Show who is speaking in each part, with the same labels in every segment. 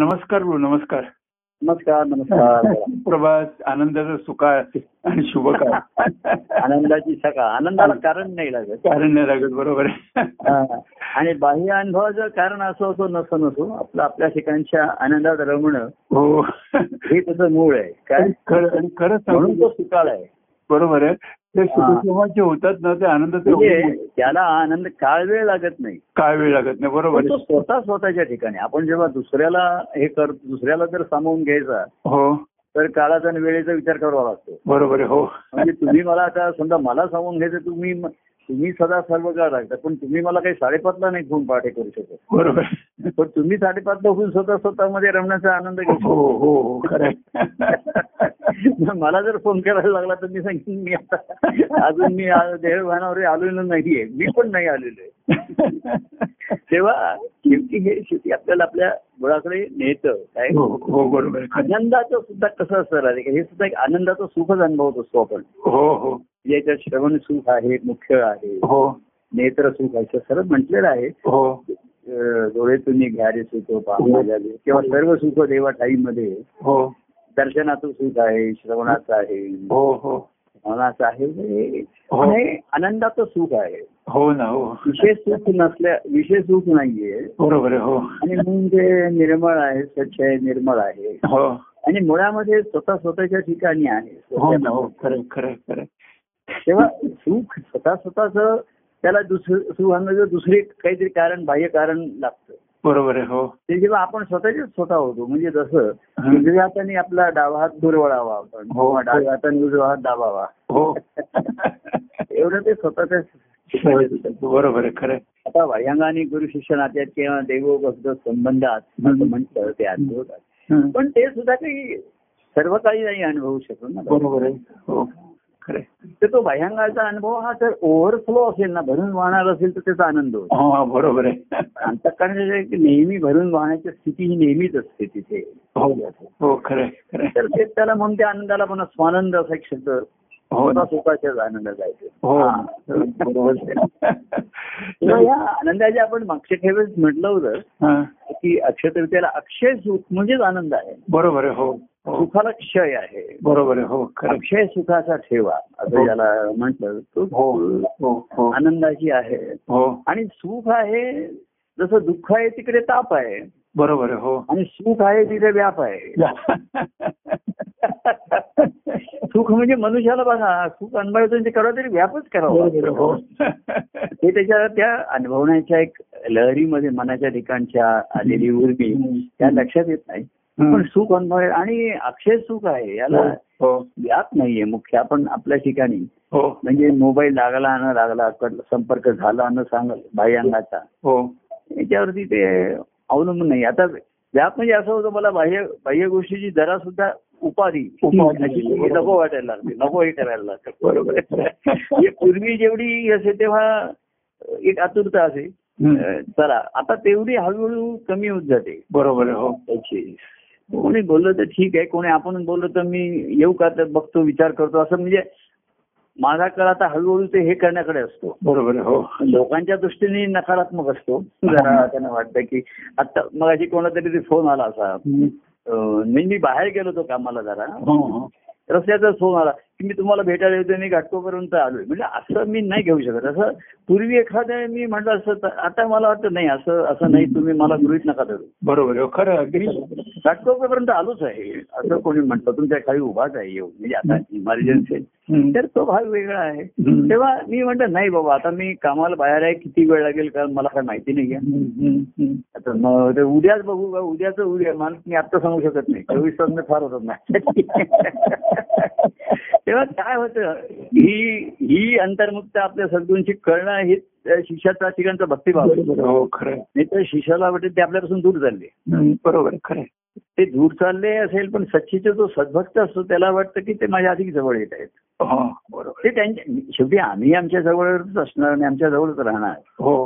Speaker 1: नमस्कार गुरु नमस्कार
Speaker 2: नमस्कार नमस्कार
Speaker 1: प्रभात आनंदाचा सुकाळ आणि शुभकाळ
Speaker 2: आनंदाची सकाळ आनंदाला कारण नाही लागत
Speaker 1: कारण नाही लागत बरोबर आहे
Speaker 2: हा. आणि बाह्य अनुभवाचं कारण असो असो नसो नसो आपलं आपल्या ठिकाणच्या आनंदात रमणं
Speaker 1: हो
Speaker 2: हे त्याचं मूळ आहे काय
Speaker 1: आणि खरं आणि खरं
Speaker 2: म्हणून
Speaker 1: सांगू
Speaker 2: तो सुकाळ आहे
Speaker 1: बरोबर आहे ते सुखसोमा जे होतात ना ते आनंदाचे होऊ
Speaker 2: म्हणजे त्याला आनंद काळ वेळ लागत नाही
Speaker 1: काय वेळ लागत नाही
Speaker 2: पण
Speaker 1: बरोबर
Speaker 2: तो
Speaker 1: आहे.
Speaker 2: स्वतः स्वतःच्या ठिकाणी आपण जेव्हा दुसऱ्याला हे कर दुसऱ्याला जर सामावून घ्यायचा
Speaker 1: हो
Speaker 2: तर काळाचा आणि वेळेचा विचार करावा लागतो
Speaker 1: बरोबर आहे हो
Speaker 2: म्हणजे तुम्ही मला आता समजा मला सामावून घ्यायचं तुम्ही तुम्ही सदा सर्व काळ लागता पण तुम्ही मला काही साडेपाचला नाही घेऊन पाठे करू शकत
Speaker 1: बरोबर आहे.
Speaker 2: पण तुम्ही साडेपाचला होऊन स्वतः स्वतःमध्ये रमण्याचा आनंद
Speaker 1: हो
Speaker 2: घेऊ
Speaker 1: हो हो खरं आहे.
Speaker 2: शकता. मला जर फोन करायला लागला तर मी सांगेन मी आता अजून मी आ- देहभानावर आलेलो नाहीये मी पण नाही आलेलो आहे तेव्हा शेवटी हे शेवटी आपल्याला आपल्या मुळाकडे नेतं काय
Speaker 1: हो हो बरोबर आहे. खरं आहे.
Speaker 2: आनंदाचं सुद्धा कसं असतं राधिका? हे सुद्धा एक आनंदाचं सुखच अनुभवत असतो आपण
Speaker 1: हो हो
Speaker 2: याच्यात श्रवण सुख आहे मुख्य आहे
Speaker 1: हो
Speaker 2: नेत्र सुख आहे असं सर्व म्हटलेलं आहे
Speaker 1: हो
Speaker 2: अं, डोळेतून घ्या रे सुख पाहता झाले किंवा सर्व सुख देवा ठाईमध्ये
Speaker 1: हो
Speaker 2: दर्शनाचं सुख आहे श्रवणाचं आहे
Speaker 1: हो हो
Speaker 2: मनाचं आहे हे-
Speaker 1: हो.
Speaker 2: हे आनंदाचं सुख आहे
Speaker 1: हो ना हो
Speaker 2: विशेष सुख नसल्या विशेष सुख नाहीये
Speaker 1: बरोबर आहे हो
Speaker 2: आणि म्हणून ते निर्मळ आहे स्वच्छ आहे निर्मळ आहे
Speaker 1: हो
Speaker 2: आणि मुळामध्ये स्वतः स्वतःच्या ठिकाणी
Speaker 1: हो ना
Speaker 2: आहे
Speaker 1: हो खरं खरं खरं
Speaker 2: तेव्हा सुख स्वतः स्वतःच त्याला दुसरं सुखांना दुसरे काहीतरी कारण बाह्य कारण लागतं
Speaker 1: बरोबर आहे हो
Speaker 2: ते जेव्हा आपण स्वतःचे स्वतः होतो म्हणजे जसं
Speaker 1: हं.
Speaker 2: उजव्या हाताने आपला डावा हात दुरवळावा आपण
Speaker 1: हो.
Speaker 2: किंवा डाव्या हाताने उजवा हात दाबावा
Speaker 1: हो
Speaker 2: एवढं ते स्वतःच्या
Speaker 1: बरोबर आहे खरं
Speaker 2: आता वयांगाने गुरु शिष्य नात्यात किंवा देव भक्त संबंधात
Speaker 1: हं.
Speaker 2: असं म्हटलं ते अनुभवतात
Speaker 1: हं.
Speaker 2: पण ते सुद्धा काही सर्व काही नाही अनुभवू शकतो ना
Speaker 1: बरोबर आहे हो खरं आहे.
Speaker 2: तर तो भयांगाचा अनुभव हा जर ओव्हरफ्लो असेल ना भरून वाहणार असेल तर त्याचा आनंद होतो
Speaker 1: हो हा, बरोबर आहे
Speaker 2: अंतकरणाच्या जे नेहमी भरून वाहण्याची स्थिती ही नेहमीच असते तिथे
Speaker 1: हो हो खरं आहे, खरं आहे.
Speaker 2: तर ते त्याला म्हणून त्या आनंदाला पण स्वानंद असा एक शब्द
Speaker 1: हो ना.
Speaker 2: स्वतः स्वतःच्याच आनंदाचा आहे तो.
Speaker 1: हो
Speaker 2: हा.
Speaker 1: बरोबर
Speaker 2: तेव्हा
Speaker 1: आहे.
Speaker 2: या आनंदाचे आपण मागच्या काही वेळेस म्हटलं होतं
Speaker 1: हा,
Speaker 2: की अक्षय तृतीयाला अक्षय सुख म्हणजेच आनंद आहे
Speaker 1: बरोबर आहे हो हो
Speaker 2: सुखाला क्षय आहे
Speaker 1: बरोबर आहे हो खरं आहे.
Speaker 2: अक्षय सुखाचा ठेवा असं
Speaker 1: हो.
Speaker 2: ज्याला म्हटलं
Speaker 1: हो
Speaker 2: तो
Speaker 1: हो हो
Speaker 2: आनंदाची आहे
Speaker 1: हो
Speaker 2: आणि सुख आहे जसं दुःख आहे तिकडे ताप आहे
Speaker 1: बरोबर आहे हो
Speaker 2: आणि सुख आहे तिथे व्याप आहे सुख म्हणजे मनुष्याला बघा सुख अनुभवायचं ते करावं तरी व्यापच करावा
Speaker 1: बरोबर आहे, हो
Speaker 2: ते त्याच्या त्या अनुभवण्याच्या एक लहरीमध्ये मनाच्या ठिकाणच्या आलेली उर्मी त्या लक्षात येत नाही पण सुख अनुभव आणि अक्षय सुख आहे याला
Speaker 1: हो
Speaker 2: व्याप नाहीये मुख्य आपण आपल्या ठिकाणी
Speaker 1: हो
Speaker 2: म्हणजे मोबाईल लागला न लागला कट- संपर्क झाला न सांग बाह्यांगाचा
Speaker 1: हो
Speaker 2: याच्यावरती ते अवलंबून नाही आता व्याप म्हणजे असं होतं मला बाह्य बाह्य गोष्टीची जरा सुद्धा उपाधी
Speaker 1: उपाधी.
Speaker 2: अशी ही नको वाटायला लागते नको हे करायला लागतं
Speaker 1: बरोबर आहे.
Speaker 2: म्हणजे पूर्वी जेवढी असे तेव्हा एक आतुरता असे
Speaker 1: हम्म.
Speaker 2: अं, चला आता तेवढी हळूहळू कमी होत जाते
Speaker 1: बरोबर आहे हो
Speaker 2: त्याची कोणी बोललं तर ठीक आहे कोणी आपण बोललो तर मी येऊ का तर बघतो विचार करतो असं म्हणजे माझा कळ आता हळूहळू ते हे करण्याकडे असतो
Speaker 1: बरोबर आहे हो
Speaker 2: लोकांच्या दृष्टीने नकारात्मक असतो जरा त्यांना वाटतं की आता मग अशी कोणातरी फोन आला असा
Speaker 1: हम्म.
Speaker 2: अं, नाही मी बाहेर गेलो होतो कामाला जरा
Speaker 1: हो हो
Speaker 2: रस्त्याचाच फोन आला की मी तुम्हाला भेटायला येतो मी घाटकोपर्यंत आलोय म्हणजे असं मी नाही घेऊ शकत असं पूर्वी एखाद्या मी म्हटलं असं तर आता मला वाटतं नाही असं असं नाही तुम्ही मला गृहित नका धरू
Speaker 1: बरोबर आहे हो. खरं आहे, अगदी
Speaker 2: घाटकोपर्यंत आलोच आहे असं कोणी म्हणतं तुमच्या खाली उभाच आहे येऊ म्हणजे आता इमर्जन्सी आहे
Speaker 1: हम्म.
Speaker 2: तर तो भाग वेगळा आहे
Speaker 1: हम्म.
Speaker 2: तेव्हा मी म्हटलं नाही बाबा आता मी कामाला बाहेर आहे किती वेळ लागेल कारण मला काय माहिती नाही आहे
Speaker 1: हम्म, हम्म, हम्म.
Speaker 2: आता मग ते उद्याच बघू का उद्याच उद्या मला मी आता सांगू शकत नाही चोवीस तास मी फार होतात ना तेव्हा काय होतं ही ही अंतर्मुक्त आपल्या सद्गुरूंची कळणं हे त्या शिष्याचा ठिकाणचा भक्तिभाव आहे.
Speaker 1: बरोबर आहे, हो खरं आहे.
Speaker 2: नाही तर शिष्याला वाटेल ते आपल्यापासून दूर चालले
Speaker 1: हम्म, बरोबर आहे, खरं आहे.
Speaker 2: ते दूर चालले असेल पण सच्चीचा जो सद्भक्त असतो त्याला वाटतं की ते माझ्या अधिक जवळ येत आहेत
Speaker 1: हो बरोबर
Speaker 2: ते त्यांच्या शेवटी आम्ही आमच्या जवळच असणार आणि आमच्या जवळच राहणार
Speaker 1: हो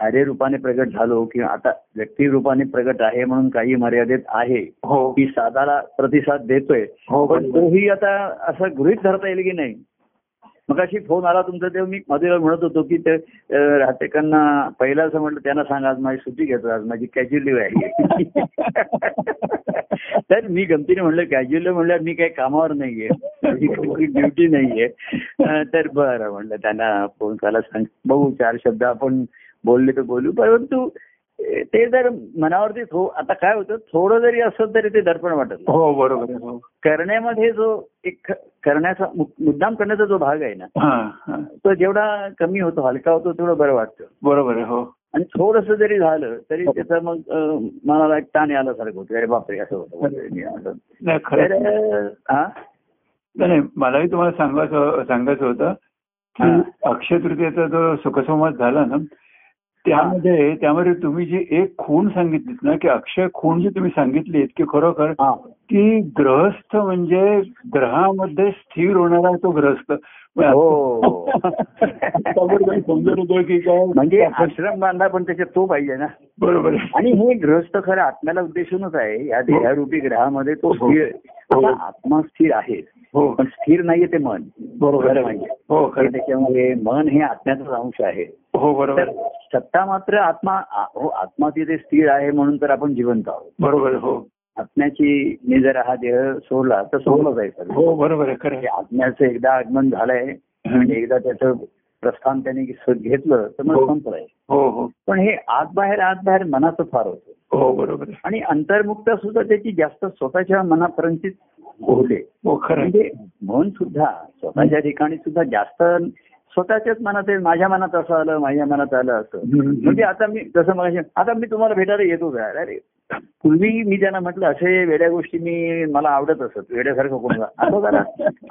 Speaker 2: कार्य रूपाने प्रगट झालो किंवा आता व्यक्ती रूपाने प्रगट आहे म्हणून काही मर्यादेत आहे
Speaker 1: हो
Speaker 2: की साधाला प्रतिसाद देतोय
Speaker 1: हो
Speaker 2: पण
Speaker 1: बरोबर.
Speaker 2: तोही आता असं गृहित धरता येईल की नाही मग अशी फोन आला तुमचा तेव्हा मी मधुरा म्हणत होतो की ते अं, राहतेकरांना पहिला असं म्हटलं त्यांना सांगा आज माझी सुट्टी घेतो आज माझी कॅज्युअल लिव्ह आहे तर मी गमतीने म्हणलं कॅज्युअल म्हणलं मी काही कामावर नाहीये ड्युटी नाहीये अं, तर बरं म्हणलं त्यांना फोन करायला सांग बघू चार शब्द आपण बोलले तर बोलू परंतु अं, ते जर मनावरती थो आता काय होतं थोडं जरी असलं तरी ते दर्पण वाटत नाही.
Speaker 1: हो बरोबर आहे, हो.
Speaker 2: करण्यामध्ये जो एक ख- करण्याचा मु- मुद्दाम करण्याचा जो भाग आहे ना
Speaker 1: हा, हा.
Speaker 2: तो जेवढा कमी होतो हलका होतो तेवढं बरं वाटतं
Speaker 1: बरोबर आहे हो
Speaker 2: आणि थोडस जरी झालं तरी त्याचा मग अं, मनाला एक ताण यायलासारखं होतं अरे बापरे असं होतं
Speaker 1: नाही
Speaker 2: तर
Speaker 1: खरं आहे.
Speaker 2: अं, हा
Speaker 1: नाही, नाही मलाही तुम्हाला सांगायचं सांगायचं होतं
Speaker 2: हा.
Speaker 1: की अक्षय तृतीयेचा जो सुखसंवाद झाला ना त्यामध्ये त्यामध्ये तुम्ही जी एक खूण सांगितलीत ना की अक्षय खूण जी तुम्ही सांगितलीत की खरोखर
Speaker 2: हा
Speaker 1: की ग्रहस्थ म्हणजे ग्रहामध्ये स्थिर होणारा तो ग्रहस्थ
Speaker 2: हो.
Speaker 1: त्यामुळे काही समजत होतो की काय
Speaker 2: म्हणजे आश्रम बांधा पण त्याच्यात तो पाहिजे ना
Speaker 1: बरोबर आहे.
Speaker 2: आणि हे ग्रहस्थ खरं आत्म्याला उद्देशूनच आहे या देहरूपी ग्रहामध्ये तो स्थिर
Speaker 1: हो.
Speaker 2: आता आत्मा स्थिर आहे
Speaker 1: हो
Speaker 2: पण स्थिर नाहीये ते मन
Speaker 1: बरोबर
Speaker 2: खरं
Speaker 1: आहे.
Speaker 2: म्हणजे
Speaker 1: हो
Speaker 2: तर
Speaker 1: खरं आहे.
Speaker 2: त्याच्यामुळे मन हे आत्म्याचाच अंश आहे
Speaker 1: हो बरोबर
Speaker 2: तर
Speaker 1: आहे.
Speaker 2: सत्ता मात्र आत्मा आ- हो आत्मा तिथे स्थिर आहे म्हणून तर आपण जिवंत आहोत
Speaker 1: बरोबर आहे. हो
Speaker 2: आत्म्याची मी जर हा देह सोडला तर सोडला जाईल सगळं.
Speaker 1: हो बरोबर आहे खरं
Speaker 2: हे
Speaker 1: आहे.
Speaker 2: आत्म्याचं एकदा आगमन झालंय आणि एकदा त्याचं प्रस्थान त्याने घे- घेतलं तर
Speaker 1: हो.
Speaker 2: मग संपलंय
Speaker 1: हो हो
Speaker 2: पण हे आत बाहेर आत बाहेर मनाचं फार होतं
Speaker 1: हो बरोबर आहे.
Speaker 2: आणि अंतर्मुक्ता सुद्धा त्याची जास्त स्वतःच्या मनापर्यंत होते
Speaker 1: हो खरं आहे.
Speaker 2: म्हणजे मन सुद्धा स्वतःच्या ठिकाणी सुद्धा जास्त स्वतःच्याच मनात आहे माझ्या मनात असं आलं माझ्या मनात आलं असं
Speaker 1: हम्म, हम्म.
Speaker 2: म्हणजे आता मी जसं मला आता मी तुम्हाला भेटायला येतो का अरे पूर्वी मी त्यांना म्हटलं असे वेड्या गोष्टी मी मला आवडत असत वेड्यासारखं कोण आता जरा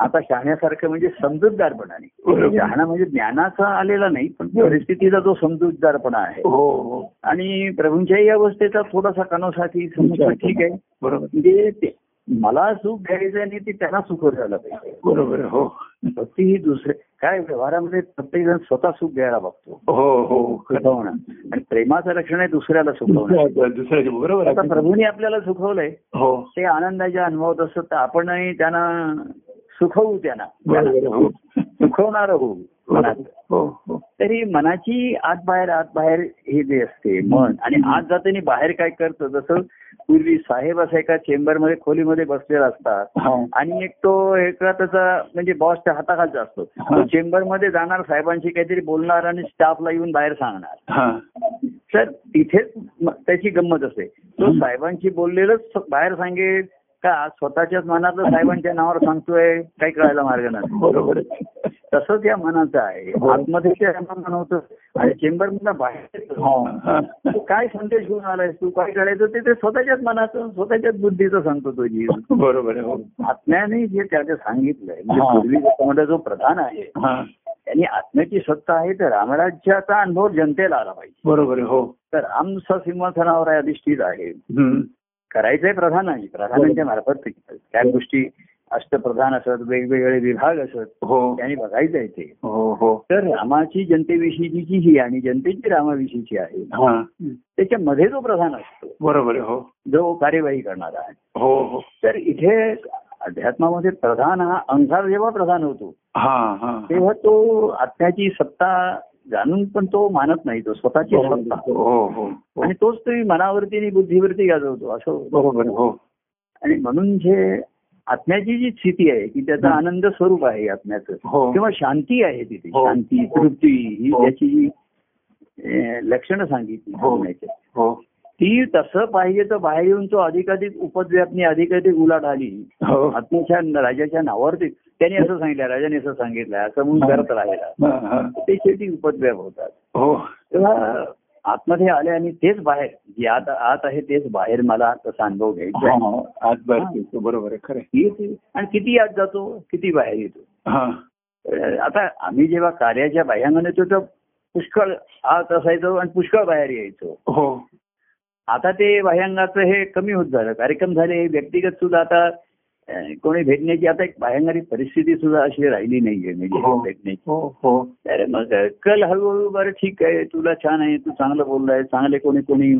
Speaker 2: आता शहाण्यासारखं म्हणजे समजूतदारपणाने
Speaker 1: बरोबर.
Speaker 2: शहाणा म्हणजे ज्ञानाचा आलेला नाही पण परिस्थितीचा जो समजूतदारपणा आहे
Speaker 1: हो हो
Speaker 2: आणि प्रभूंच्याही अवस्थेचा थोडासा कनोसाठी समजणं ठीक आहे
Speaker 1: बरोबर
Speaker 2: म्हणजे ते- मला सुख घ्यायचं आणि ते त्यांना सुख झालं पाहिजे
Speaker 1: बरोबर आहे. हो
Speaker 2: भक्ती ही दुसरे काय व्यवहारामध्ये प्रत्येक जण स्वतः सुख घ्यायला बघतो
Speaker 1: हो हो खरं आहे.
Speaker 2: सुखवणं आणि प्रेमाचं लक्षण आहे दुसऱ्याला सुखवणं
Speaker 1: दुसऱ्या दुसऱ्याच्या बरोबर
Speaker 2: आता
Speaker 1: आहे.
Speaker 2: प्रभूंनी आपल्याला सुखवलंय
Speaker 1: हो
Speaker 2: ते आनंदाच्या अनुभवत असत तर आपणही त्यांना सुखवू त्यांना त्यांना
Speaker 1: बरोबर आहे. हो
Speaker 2: सुखवणार होऊ मनात
Speaker 1: हो हो
Speaker 2: तरी मनाची आत बाहेर आत बाहेर हे जे असते मन आणि आत जाताना बाहेर काय करतं जसं पूर्वी साहेब असं एका चेंबरमध्ये खोलीमध्ये बसलेला असतात
Speaker 1: हा.
Speaker 2: आणि एक तो एका त्याचा म्हणजे बॉसच्या हाताखालचा असतो तो चेंबरमध्ये जाणार साहेबांशी काहीतरी बोलणार आणि स्टाफला येऊन बाहेर सांगणार
Speaker 1: हा.
Speaker 2: तर तिथेच म- त्याची गंमत असते तो साहेबांशी बोललेलंच स- बाहेर सांगेल का स्वतःच्याच मनातलं साहेबांच्या नावावर सांगतोय काही कळायला मार्ग नाही
Speaker 1: बरोबर आहे.
Speaker 2: तसंच या मनाचं आहे
Speaker 1: हो.
Speaker 2: आतमध्ये ते मन होतं आणि चेंबर मधला बाहेर
Speaker 1: हा,
Speaker 2: येतो.
Speaker 1: हा.
Speaker 2: तू काय संदेश घेऊन आलायस तू काय करायचं ते ते स्वतःच्याच मनाचं स्वतःच्याच बुद्धीचं सांगतो तो जीव
Speaker 1: बरोबर आहे. हो
Speaker 2: आत्म्याने जे त्याचं सांगितलंय म्हणजे
Speaker 1: हा.
Speaker 2: पूर्वी समाजा जो प्रधान आहे
Speaker 1: हा.
Speaker 2: त्यांनी आत्म्याची सत्ता आहे तर रामराज्याचा अनुभव जनतेला आला पाहिजे
Speaker 1: बरोबर आहे. हो
Speaker 2: तर राम सिंहासनावर आहे, अधिष्ठित आहे
Speaker 1: हम्म.
Speaker 2: करायचंय प्रधान आहे प्रधानांच्या मार्फत ते करायचं. त्या गोष्टी अष्टप्रधान असत वेगवेगळे विभाग असत
Speaker 1: हो
Speaker 2: त्यांनी बघायचं आहे ते
Speaker 1: हो हो
Speaker 2: तर रामाची जनतेविषयीची जी ही आणि जनतेची रामाविषयीची आहे
Speaker 1: हा.
Speaker 2: त्याच्यामध्ये जो प्रधान असतो
Speaker 1: बरोबर आहे. हो
Speaker 2: जो कार्यवाही करणारा आहे
Speaker 1: हो हो
Speaker 2: तर इथे अध्यात्मामध्ये प्रधान हा अंगार जेव्हा प्रधान होतो
Speaker 1: हा हा
Speaker 2: तेव्हा तो आत्म्याची सत्ता जाणून पण तो मानत नाही तो स्वतःची
Speaker 1: बरोबर
Speaker 2: सत्ता
Speaker 1: आहे. हो हो हो.
Speaker 2: आणि तोच तुम्ही मनावरती आणि बुद्धीवरती गाजवतो असं होतं.
Speaker 1: बरोबर आहे. हो
Speaker 2: आणि म्हणून जे आत्म्याची जी स्थिती आहे की त्याचा
Speaker 1: हं.
Speaker 2: आनंद स्वरूप आहे आत्म्याचं
Speaker 1: हो.
Speaker 2: किंवा शांती आहे तिथे
Speaker 1: हो.
Speaker 2: शांती तृप्ती ही
Speaker 1: हो.
Speaker 2: त्याची जी अं, लक्षणं सांगितली
Speaker 1: हो.
Speaker 2: आत्म्याची.
Speaker 1: हो
Speaker 2: ती तसं पाहिजे तर बाहेर येऊन तो अधिकाधिक उपद्व्यापनी अधिकाधिक उलाट आली
Speaker 1: हो
Speaker 2: आत्म्याच्या राजाच्या नावावरती त्यांनी असं सांगितलं राजाने असं सांगितलं असं म्हणून
Speaker 1: हा.
Speaker 2: करत राहिला
Speaker 1: हा, हा.
Speaker 2: ते शेवटी उपद्व्याप होतात
Speaker 1: हो
Speaker 2: तेव्हा आतमध्ये आले आणि तेच बाहेर जे आत आत आहे तेच बाहेर मला तसा अनुभव घ्यायचा
Speaker 1: हा,
Speaker 2: आहे.
Speaker 1: हा. आज बाहेर बरोबर आहे खरं आहे.
Speaker 2: ही ती- आणि किती आत जातो किती बाहेर येतो
Speaker 1: हा
Speaker 2: अं, आता आम्ही जेव्हा कार्याच्या बाह्यांगण येतो तर पुष्कळ आत असायचो आणि पुष्कळ बाहेर यायचो
Speaker 1: हो
Speaker 2: आता ते बाह्यांगाचं हे कमी होत झालं कार्यक्रम झाले व्यक्तिगत सुद्धा आता अं, कोणी भेटण्याची आता एक बाह्यांगारी परिस्थिती सुद्धा अशी राहिली नाहीये म्हणजे
Speaker 1: हो.
Speaker 2: भेटण्याची
Speaker 1: हो हो
Speaker 2: अरे मग कल हळूहळू बरं ठीक आहे तुला छान आहे तू चांगलं बोललाय चांगले कोणी कोणी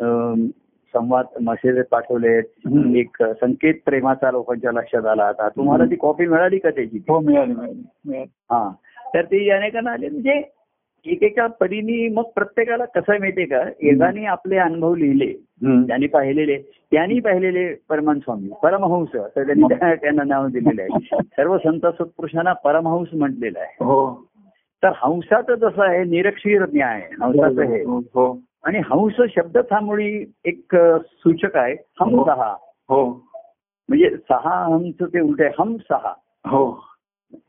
Speaker 2: अम, संवाद मेसेज पाठवलेत
Speaker 1: हम्म.
Speaker 2: एक संकेत प्रेमाचा लोकांच्या लक्षात आला आता तुम्हाला ती कॉपी मिळाली का त्याची
Speaker 1: हो मिळाली मिळाली मिळाली
Speaker 2: हा तर ती अनेकांना आली म्हणजे एकेका परीने मग प्रत्येकाला कसं माहितीये का एकाने आपले अनुभव लिहिले
Speaker 1: हम्म.
Speaker 2: त्यांनी पाहिलेले त्यांनी पाहिलेले परमान स्वामी परमहंस असं त्यांनी त्या- त्यांना नाव दिलेलं आहे सर्व संत सत्पुरुषांना परमहंस म्हटलेलं आहे
Speaker 1: हो
Speaker 2: तर हंसाचं जसं आहे निरक्षीर ज्ञान आहे हंसाचं हे
Speaker 1: हो हो
Speaker 2: आणि हंस शब्द थांबळी एक अ, सूचक आहे हम
Speaker 1: हो.
Speaker 2: सहा
Speaker 1: हो
Speaker 2: म्हणजे सहा हंस ते उलट आहे हम सहा
Speaker 1: हो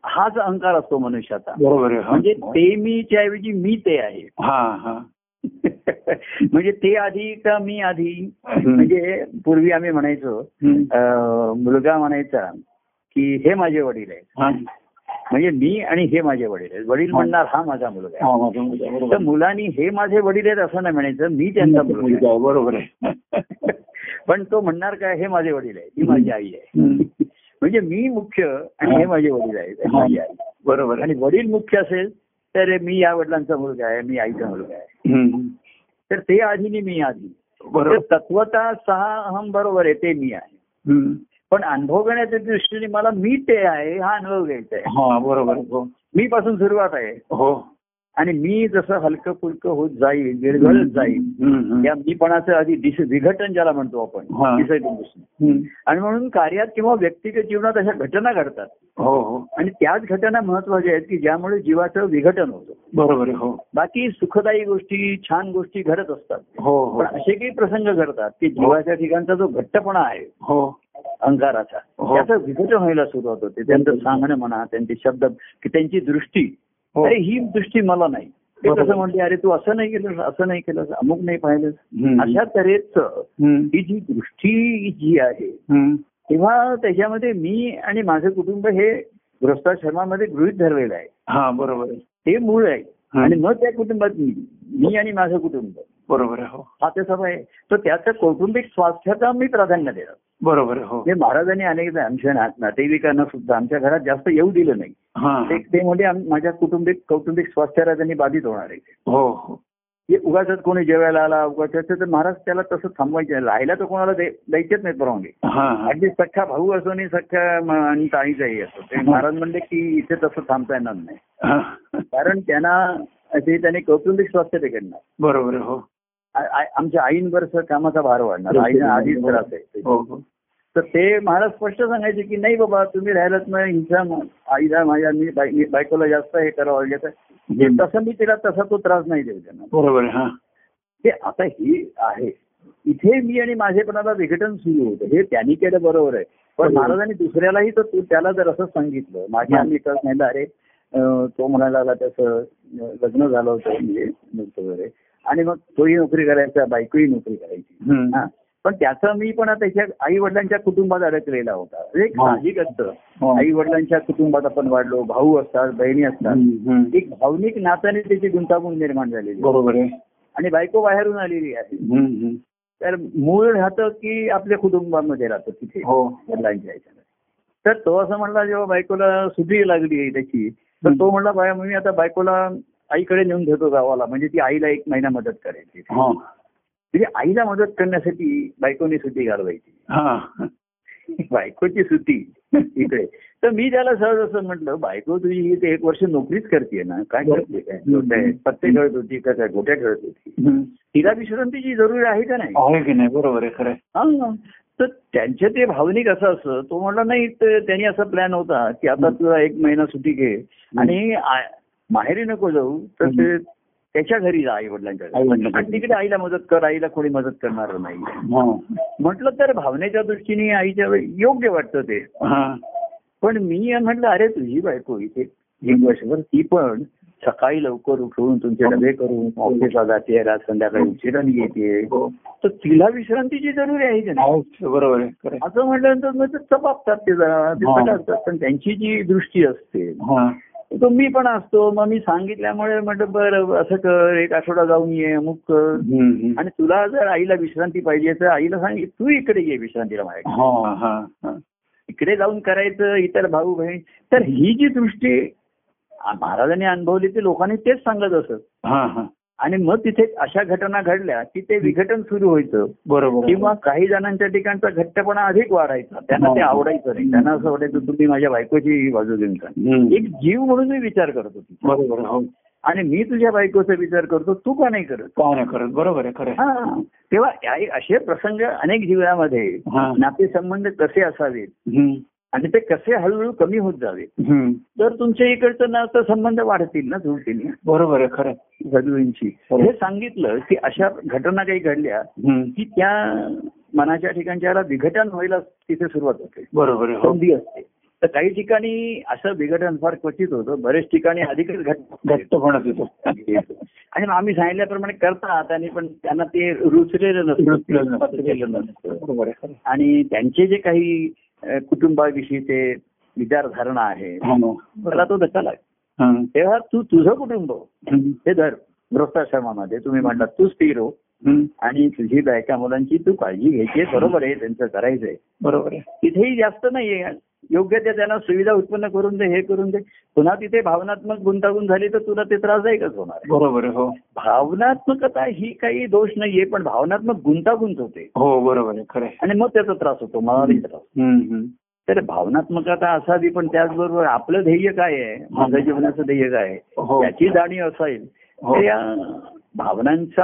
Speaker 2: हाच अहंकार असतो मनुष्याचा
Speaker 1: बरोबर आहे हा.
Speaker 2: म्हणजे ते मीच्या ऐवजी मी ते आहे
Speaker 1: हा हा
Speaker 2: म्हणजे ते आधी का मी आधी
Speaker 1: हम्म.
Speaker 2: म्हणजे पूर्वी आम्ही म्हणायचो
Speaker 1: हम्म.
Speaker 2: अं, मुलगा म्हणायचा की हे माझे वडील आहेत
Speaker 1: हा.
Speaker 2: म्हणजे मी आणि हे माझे वडील आहेत वडील म्हणणार हा माझा मुलगा आहे
Speaker 1: हा, माझा मुलगा, बरोबर.
Speaker 2: तर मुलांनी हे माझे वडील आहेत असं नाही म्हणायचं मी त्यांचा मुलगा
Speaker 1: मुलगा आहे, बरोबर आहे
Speaker 2: आहे. पण तो म्हणणार काय हे माझे वडील आहेत ही माझी आई आहे
Speaker 1: हम्म.
Speaker 2: म्हणजे मी मुख्य आणि हे माझे वडील आहेत हे माझी आई आहे.
Speaker 1: बरोबर
Speaker 2: आणि
Speaker 1: आहे
Speaker 2: वडील मुख्य असेल तर मी या वडिलांचा मुलगा आहे मी आईचा मुलगा आहे
Speaker 1: हम्म.
Speaker 2: तर ते आधी आणि मी आधी तर
Speaker 1: बरोबर
Speaker 2: तत्वता सहा अहम बरोबर आहे ते मी आहे
Speaker 1: हम्म.
Speaker 2: पण अनुभव घेण्याच्या दृष्टीने मला मी ते आहे हा अनुभव घ्यायचा आहे
Speaker 1: हा बरोबर आहे. हो
Speaker 2: मी पासून सुरुवात आहे
Speaker 1: हो
Speaker 2: आणि मी जसं हलकं फुलकं होत जाईल विरघळत जाईल
Speaker 1: हम्म, हम्म.
Speaker 2: या मीपणाचं आधी दिस विघटन ज्याला म्हणतो आपण
Speaker 1: हा.
Speaker 2: दिसायचं दिसणं.
Speaker 1: हम्म.
Speaker 2: आणि म्हणून कार्यात किंवा व्यक्तिगत जीवनात अशा घटना घडतात
Speaker 1: हो हो
Speaker 2: आणि त्याच घटना महत्वाच्या आहेत की ज्यामुळे जीवाचं विघटन होतं
Speaker 1: बरोबर आहे हो
Speaker 2: बाकी सुखदायी गोष्टी छान गोष्टी घडत असतात
Speaker 1: हो
Speaker 2: पण
Speaker 1: हो
Speaker 2: असे काही प्रसंग घडतात की जीवाच्या ठिकाणचा जो घट्टपणा आहे
Speaker 1: हो
Speaker 2: अंगाराचा
Speaker 1: हो.
Speaker 2: त्याचं विघटन व्हायला सुरुवात होते त्यांचं सांगणं म्हणा त्यांचे शब्द की त्यांची दृष्टी
Speaker 1: हो
Speaker 2: अरे ही दृष्टी मला नाही ते
Speaker 1: बरोबर.
Speaker 2: कसं म्हणते अरे तू असं नाही केलं असं नाही केलं अमुक नाही पाहिलं
Speaker 1: हम्म.
Speaker 2: अशा तऱ्हेचं
Speaker 1: हम्म.
Speaker 2: ही जी दृष्टी जी आहे
Speaker 1: हम्म.
Speaker 2: तेव्हा त्याच्यामध्ये मी आणि माझं कुटुंब हे भ्रष्टाश्रमामध्ये गृहित धरलेलं आहे
Speaker 1: हा बरोबर आहे
Speaker 2: ते मूळ आहे
Speaker 1: हं.
Speaker 2: आणि मग त्या कुटुंबात मी मी आणि माझं कुटुंब
Speaker 1: बरोबर आहे हो
Speaker 2: हा ते सर्व आहे तर त्याचं कौटुंबिक स्वास्थ्याचा मी प्राधान्य देणार
Speaker 1: बरोबर आहे हो
Speaker 2: म्हणजे महाराजांनी अनेकदा आमच्या ना- नातेवाईकांना सुद्धा आमच्या घरात जास्त येऊ दिलं नाही
Speaker 1: हा
Speaker 2: ते- ते म्हणजे आम- माझ्या कुटुंबिक कौटुंबिक स्वास्थ्याला त्यांनी बाधित होणार आहे
Speaker 1: हो हो
Speaker 2: हे उगाच कोणी जेवायला आला उगाच तर महाराज त्याला तसं थांबवायचं नाही. राहायला तर कोणाला दे- द्यायचेच नाहीत परवानगी
Speaker 1: हा हा.
Speaker 2: अगदी सख्खा भाऊ असो आणि सख्खा म- आणि ताईचाही असो ते महाराज म्हणले की इथे तसं थांबता येणार नाही
Speaker 1: हा
Speaker 2: कारण त्यांना असे त्याने कौटुंबिक स्वास्थ्य बिघडणार
Speaker 1: बरोबर आहे हो
Speaker 2: आ- आ- आमच्या आईंवर सर कामाचा भार वाढणार आईनं आधीच त्रास आहे
Speaker 1: हो हो
Speaker 2: तर ते महाराज स्पष्ट सांगायचे की नाही बाबा तुम्ही राहिलात नाही हिंसा म- आईला माझ्या मी बाई- मी बायकोला जास्त हे करावं लागेल
Speaker 1: हम्म.
Speaker 2: तसं मी तिला तसा तो त्रास नाही देऊ त्यांना
Speaker 1: बरोबर आहे हा
Speaker 2: ते आता हे आहे इथे मी आणि माझेपणाला विघटन सुरू होतं हे त्यांनी केलं बरोबर आहे पण
Speaker 1: बरोबर.
Speaker 2: महाराजांनी दुसऱ्यालाही तर तू- त्याला जर असं सांगितलं मागे
Speaker 1: हा.
Speaker 2: आम्ही तर नाही अरे अं, तो म्हणायला लागला त्याचं अं, लग्न झालं होतं म्हणजे नुकतं वगैरे आणि मग तोही नोकरी करायचा बायकोही नोकरी करायची
Speaker 1: हम्म.
Speaker 2: हा. पण त्याचा मी पण त्याच्या आई वडिलांच्या कुटुंबात अडकलेला होता हे एक
Speaker 1: हा.
Speaker 2: साहजिक असतं
Speaker 1: हो.
Speaker 2: आई वडिलांच्या कुटुंबात आपण वाढलो भाऊ असतात बहिणी असतात
Speaker 1: हम्म, हो. हम्म.
Speaker 2: एक भावनिक नात्याने त्याची गुंतागुंत निर्माण झालेली आहे.
Speaker 1: बरोबर आहे
Speaker 2: आणि बायको बाहेरून आलेली आहे
Speaker 1: हम्म, हम्म.
Speaker 2: तर मूळ राहतं की आपल्या कुटुंबामध्ये राहतं तिथे
Speaker 1: हो
Speaker 2: वडिलांच्या ह्याच्यामध्ये तर तो असं म्हणला जेव्हा बायकोला सुटी लागली आहे त्याची तर तो म्हणला बाया मी आता बायकोला आईकडे नेऊन घेतो गावाला म्हणजे ती आईला एक महिना मदत करायची
Speaker 1: हा
Speaker 2: म्हणजे आईला मदत करण्यासाठी बायकोने सुटी घालवायची
Speaker 1: हा
Speaker 2: बायकोची सुटी इकडे तर मी त्याला सहज असं म्हटलं बायको तुझी ही ते एक वर्ष नोकरीच करते ना काय करते काय
Speaker 1: हो. हम्म.
Speaker 2: पत्ते खेळत होती का काय गोट्या खेळत होती
Speaker 1: हम्म.
Speaker 2: तिला विश्रांतीची जरुरी आहे का नाही
Speaker 1: आहे की नाही बरोबर आहे खरं आहे.
Speaker 2: हा. तर त्यांचे ते भावनिक असं असं तो म्हणला नाही तर त्यांनी असा प्लॅन होता की आता तुला एक महिना सुट्टी घे आणि आ- माहेरी नको जाऊ तर ते त्याच्या घरी जा आई वडिलांच्या
Speaker 1: आईवडिलांच्या
Speaker 2: आणि तिकडे आईला मदत कर आईला कोणी मदत करणार नाही
Speaker 1: हा.
Speaker 2: म्हटलं तर भावनेच्या दृष्टीने आईच्या वे- योग्य वाटतं ते
Speaker 1: हा.
Speaker 2: पण मी म्हटलं अरे तुझी बायको इथे एक वर्षभर ती पण सकाळी लवकर उठून तुमचे डबे करून ऑफिसला जाते रात संध्याकाळी उशिरा येते
Speaker 1: हो.
Speaker 2: तर तिला विश्रांतीची जरुरी आहे की नाही
Speaker 1: आहेच, बरोबर आहे खरं आहे.
Speaker 2: असं म्हटल्यानंतर मग ते चपापतात ते जरा ते
Speaker 1: हा.
Speaker 2: पटापतात पण त्यांची जी दृष्टी असते
Speaker 1: हा
Speaker 2: तो मी पण असतो मग मी सांगितल्यामुळे म्हटलं बरं असं कर एक आठवडा जाऊन ये अमुक कर
Speaker 1: हम्म, हम्म.
Speaker 2: आणि तुला जर आईला विश्रांती पाहिजे तर आईला सांग तू इकडे ये विश्रांतीला माझ्या
Speaker 1: हा हा हा
Speaker 2: इकडे जाऊन करायचं इतर भाऊ बहीण तर ही जी दृष्टी आ- महाराजांनी अनुभवली ती लोकांनी तेच सांगत असत
Speaker 1: हा हा
Speaker 2: आणि मग तिथे अशा घटना घडल्या की ते विघटन सुरू व्हायचं
Speaker 1: बरोबर
Speaker 2: किंवा काही जणांच्या ठिकाणचा घट्टपणा अधिक वाढायचा त्यांना
Speaker 1: हो.
Speaker 2: ते आवडायचं नाही त्यांना असं वाटायचं तुम्ही माझ्या बायकोची बाजू घेऊन का
Speaker 1: हम्म.
Speaker 2: एक जीव म्हणून मी विचार करत होती
Speaker 1: बरोबर हो
Speaker 2: आणि मी तुझ्या बायकोचा विचार करतो तू का नाही करत
Speaker 1: का नाही करत बरोबर आहे खरं आहे.
Speaker 2: हा तेव्हा या- असे प्रसंग अनेक जीवनामध्ये
Speaker 1: हा.
Speaker 2: नातेसंबंध कसे असावेत
Speaker 1: हम्म.
Speaker 2: आणि ते कसे हळूहळू कमी होत जावेत
Speaker 1: हम्म.
Speaker 2: तर तुमच्या इकडचं नातं संबंध वाढतील ना जुळतील ना
Speaker 1: बरोबर आहे खरं आहे.
Speaker 2: गदूंची
Speaker 1: हो.
Speaker 2: हे सांगितलं की अशा घटना काही घडल्या
Speaker 1: हम्म.
Speaker 2: की त्या मनाच्या ठिकाणच्या विघटन व्हायला तिथे सुरुवात होते
Speaker 1: बरोबर आहे हो
Speaker 2: संधी असते तर काही ठिकाणी असं विघटन फार क्वचित होतं बरेच ठिकाणी अधिकच घट
Speaker 1: घट्टपणा तिथं
Speaker 2: आणि मग आम्ही सांगितल्याप्रमाणे करतात आणि पण त्यांना ते रुचलेलं नसतं पचलेलं नसतं
Speaker 1: बरोबर आहे खरं आहे.
Speaker 2: आणि त्यांचे जे काही अ, कुटुंबाविषयीचे विचारधारणा आहे
Speaker 1: हा ना.
Speaker 2: मला तो धक्का लागतो
Speaker 1: हा.
Speaker 2: तेव्हा तू तुझं कुटुंब
Speaker 1: हम्म.
Speaker 2: हे धर गृहस्थाश्रमामध्ये तुम्ही म्हणला तूच पिरो
Speaker 1: हम्म.
Speaker 2: आणि तुझी बायका मुलांची तू काळजी घ्यायची आहे. बरोबर आहे त्यांचं करायचंय
Speaker 1: बरोबर आहे
Speaker 2: तिथेही जास्त नाहीये योग्य त्या त्यांना सुविधा उत्पन्न करून दे हे करून दे पुन्हा तिथे भावनात्मक गुंतागुंत झाली तर तुला ते त्रासदायकच होणार आहे.
Speaker 1: बरोबर आहे हो
Speaker 2: भावनात्मकता ही काही दोष नाहीये पण भावनात्मक गुंतागुंत होते
Speaker 1: हो बरोबर आहे खरं आहे.
Speaker 2: आणि मग त्याचा त्रास होतो मनालाही त्रास
Speaker 1: हम्म. हम्म.
Speaker 2: तर भावनात्मकता असावी पण त्याचबरोबर आपलं ध्येय काय आहे माझं जीवनाचं ध्येय काय आहे
Speaker 1: हो
Speaker 2: त्याची जाणीव असेल
Speaker 1: हो.
Speaker 2: तर या भावनांचा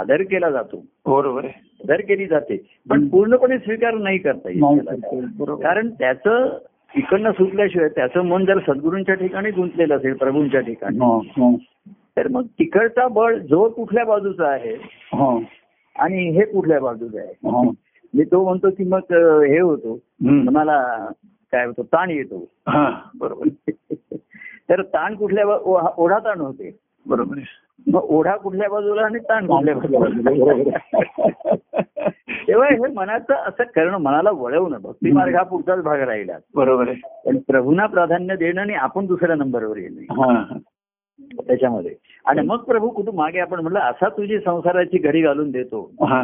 Speaker 2: आदर केला जातो
Speaker 1: बरोबर आहे
Speaker 2: आदर केली जाते पण पूर्णपणे स्वीकार नाही करता
Speaker 1: नाही
Speaker 2: येत
Speaker 1: करता येत,
Speaker 2: त्याला.
Speaker 1: बरोबर.
Speaker 2: कारण त्याचं इकडनं सुटल्याशिवाय त्याचं मन जर सद्गुरूंच्या ठिकाणी गुंतलेलं असेल प्रभूंच्या ठिकाणी
Speaker 1: हो हो
Speaker 2: तर मग तिकडचा बळ जोर कुठल्या बाजूचा आहे
Speaker 1: हो
Speaker 2: आणि हे कुठल्या बाजूचं आहे
Speaker 1: हो
Speaker 2: मी तो म्हणतो की मग अं, हे होतो
Speaker 1: हम्म.
Speaker 2: मनाला काय होतो ताण येतो
Speaker 1: हा बरोबर
Speaker 2: तर ताण कुठल्या बा- ओढा- ओढा ताण होते
Speaker 1: बरोबर आहे
Speaker 2: मग ओढा कुठल्या बाजूला आणि ताण कुठल्या
Speaker 1: बरोबर
Speaker 2: बाजूला तेव्हा हे मनाचं असं करणं मनाला वळवणं भक्ती मार्ग हा पुढचाच भाग राहिला
Speaker 1: बरोबर आहे
Speaker 2: पण प्रभूंना प्राधान्य देणं आणि आपण दुसऱ्या नंबरवर येणे
Speaker 1: हा हा.
Speaker 2: त्याच्यामध्ये आणि मग प्रभू कुठं मागे आपण म्हणलं असा तुझी संसाराची घडी घालून देतो
Speaker 1: हा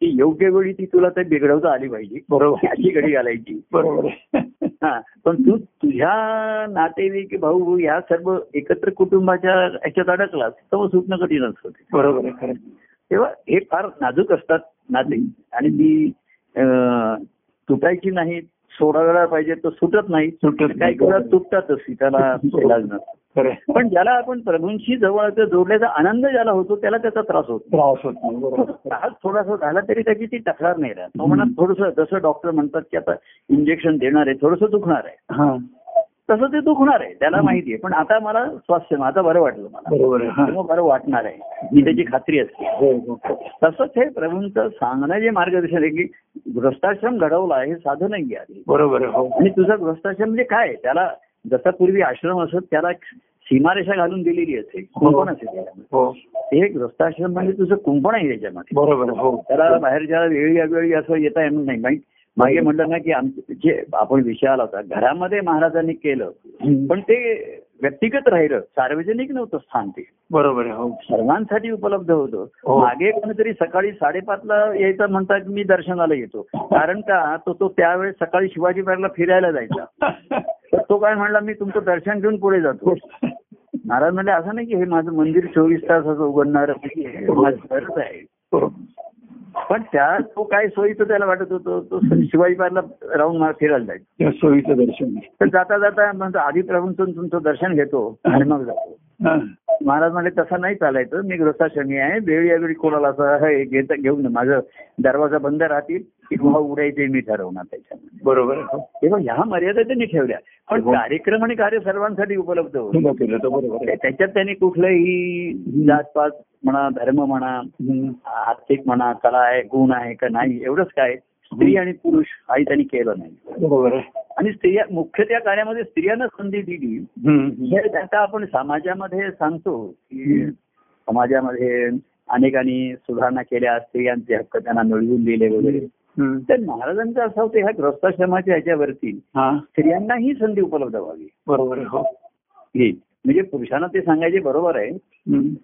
Speaker 2: की योग्य वेळी ती तुला ते बिघडवता आली पाहिजे
Speaker 1: बरोबर आहे.
Speaker 2: अशी घडी घालायची
Speaker 1: बरोबर आहे
Speaker 2: हा पण तू तुझ्या नातेवाईक भाऊ या सर्व एकत्र कुटुंबाच्या ह्याच्यात अडकलास तर मग सुटणं कठीणच होते
Speaker 1: बरोबर आहे खरं आहे.
Speaker 2: तेव्हा हे फार नाजूक असतात नाते आणि ती अं, तुटायची नाही सोडायला पाहिजे तर सुटत नाही
Speaker 1: सुटत नाही.
Speaker 2: काही वेळा तुटतातच त्याला इलाज नसतो
Speaker 1: खरं आहे.
Speaker 2: पण ज्याला आपण प्रभूंशी जवळ ते जोडल्याचा आनंद ज्याला होतो त्याला त्याचा त्रास होतो
Speaker 1: त्रास होत नाही बरोबर आहे.
Speaker 2: त्रास थोडासा झाला तरी त्याची ती तक्रार नाही राहत तो म्हणा थोडस जसं डॉक्टर म्हणतात की आता इंजेक्शन देणार आहे थोडस दुखणार आहे
Speaker 1: हा
Speaker 2: तसं ते दुखणार आहे त्याला माहिती आहे पण आता मला स्वास्थ्य आता बरं वाटलं मला
Speaker 1: बरोबर आहे हा
Speaker 2: तेव्हा बरं वाटणार आहे ही त्याची खात्री असते
Speaker 1: हो हो
Speaker 2: तसंच हे प्रभूंचं सांगणं जे मार्गदर्शन आहे की गृहस्थाश्रम घडवला हे साधं नाही आधी
Speaker 1: बरोबर आहे हो
Speaker 2: आणि तुझा गृहस्थाश्रम म्हणजे काय त्याला जसा पूर्वी आश्रम असत त्याला एक सीमारेषा घालून दिलेली असते कुंपण असते त्याच्यामध्ये
Speaker 1: हो
Speaker 2: हे गृहस्थाश्रम म्हणजे तुझं कुंपण आहे त्याच्यामध्ये
Speaker 1: बरोबर आहे. हो
Speaker 2: त्याला बाहेरच्या वेळी वेळी असं येता येणार नाही माहित मागे म्हटलं ना की आमचे जे आपण विषय आला होता घरामध्ये महाराजांनी केलं
Speaker 1: हम्म.
Speaker 2: पण ते व्यक्तिगत राहिलं सार्वजनिक नव्हतं स्थान ते
Speaker 1: बरोबर आहे हो
Speaker 2: सर्वांसाठी उपलब्ध
Speaker 1: हो.
Speaker 2: होतं मागे कोणीतरी सकाळी साडेपाचला यायचं म्हणतात मी दर्शनाला येतो कारण का तो तो त्यावेळेस सकाळी शिवाजी पार्कला फिरायला जायचा तर तो काय म्हणला मी तुमचं दर्शन घेऊन पुढे जातो महाराज म्हणजे असं नाही की हे माझं मंदिर चोवीस तासाचं उघडणार गरज आहे
Speaker 1: बरोबर
Speaker 2: पण त्या तो काय सोयीचं त्याला वाटत होतं तो शिवाजी पार्कला राहून मला फिरायला जायचं
Speaker 1: या सोयीचं दर्शन आहे.
Speaker 2: तर जाता जाता म्हणतो आधी प्रभूंचं तुमचं दर्शन घेतो आणि मग जातो
Speaker 1: हा.
Speaker 2: महाराज म्हणले तसं नाही चालायचं मी गृहस्थाश्रमी आहे वेळी यावेळी कोणाला असं हे घेता घेऊन माझं दरवाजा बंद राहतील किंवा उडायचे मी ठरवणार त्याच्यामध्ये
Speaker 1: बरोबर आहे हो.
Speaker 2: तेव्हा ह्या मर्यादा त्यांनी ठेवल्या पण
Speaker 1: हो.
Speaker 2: कार्यक्रम आणि कार्य सर्वांसाठी उपलब्ध होते
Speaker 1: तुम्ही केलं तर बरोबर आहे
Speaker 2: त्याच्यात त्यांनी कुठलंही जातपात म्हणा धर्म म्हणा
Speaker 1: हम्म.
Speaker 2: आर्थिक म्हणा कला आहे गुण आहे का नाही एवढंच काय स्त्री आणि पुरुष हाही त्यांनी केलं नाही
Speaker 1: बरोबर आहे
Speaker 2: आणि स्त्रिया मुख्य त्या कार्यामध्ये स्त्रियांना संधी दिली
Speaker 1: हम्म.
Speaker 2: हे आता आपण समाजामध्ये सांगतो की समाजामध्ये अनेकांनी सुधारणा केल्या स्त्रियांचे हक्क त्यांना मिळवून दिले वगैरे
Speaker 1: हम्म.
Speaker 2: तर महाराजांचं असं होतं ह्या ग्रस्ताश्रमाच्या ह्याच्यावरती
Speaker 1: हा
Speaker 2: स्त्रियांना ही संधी उपलब्ध व्हावी
Speaker 1: बरोबर आहे हो
Speaker 2: ही म्हणजे पुरुषांना ते सांगायचे बरोबर आहे
Speaker 1: हम्म.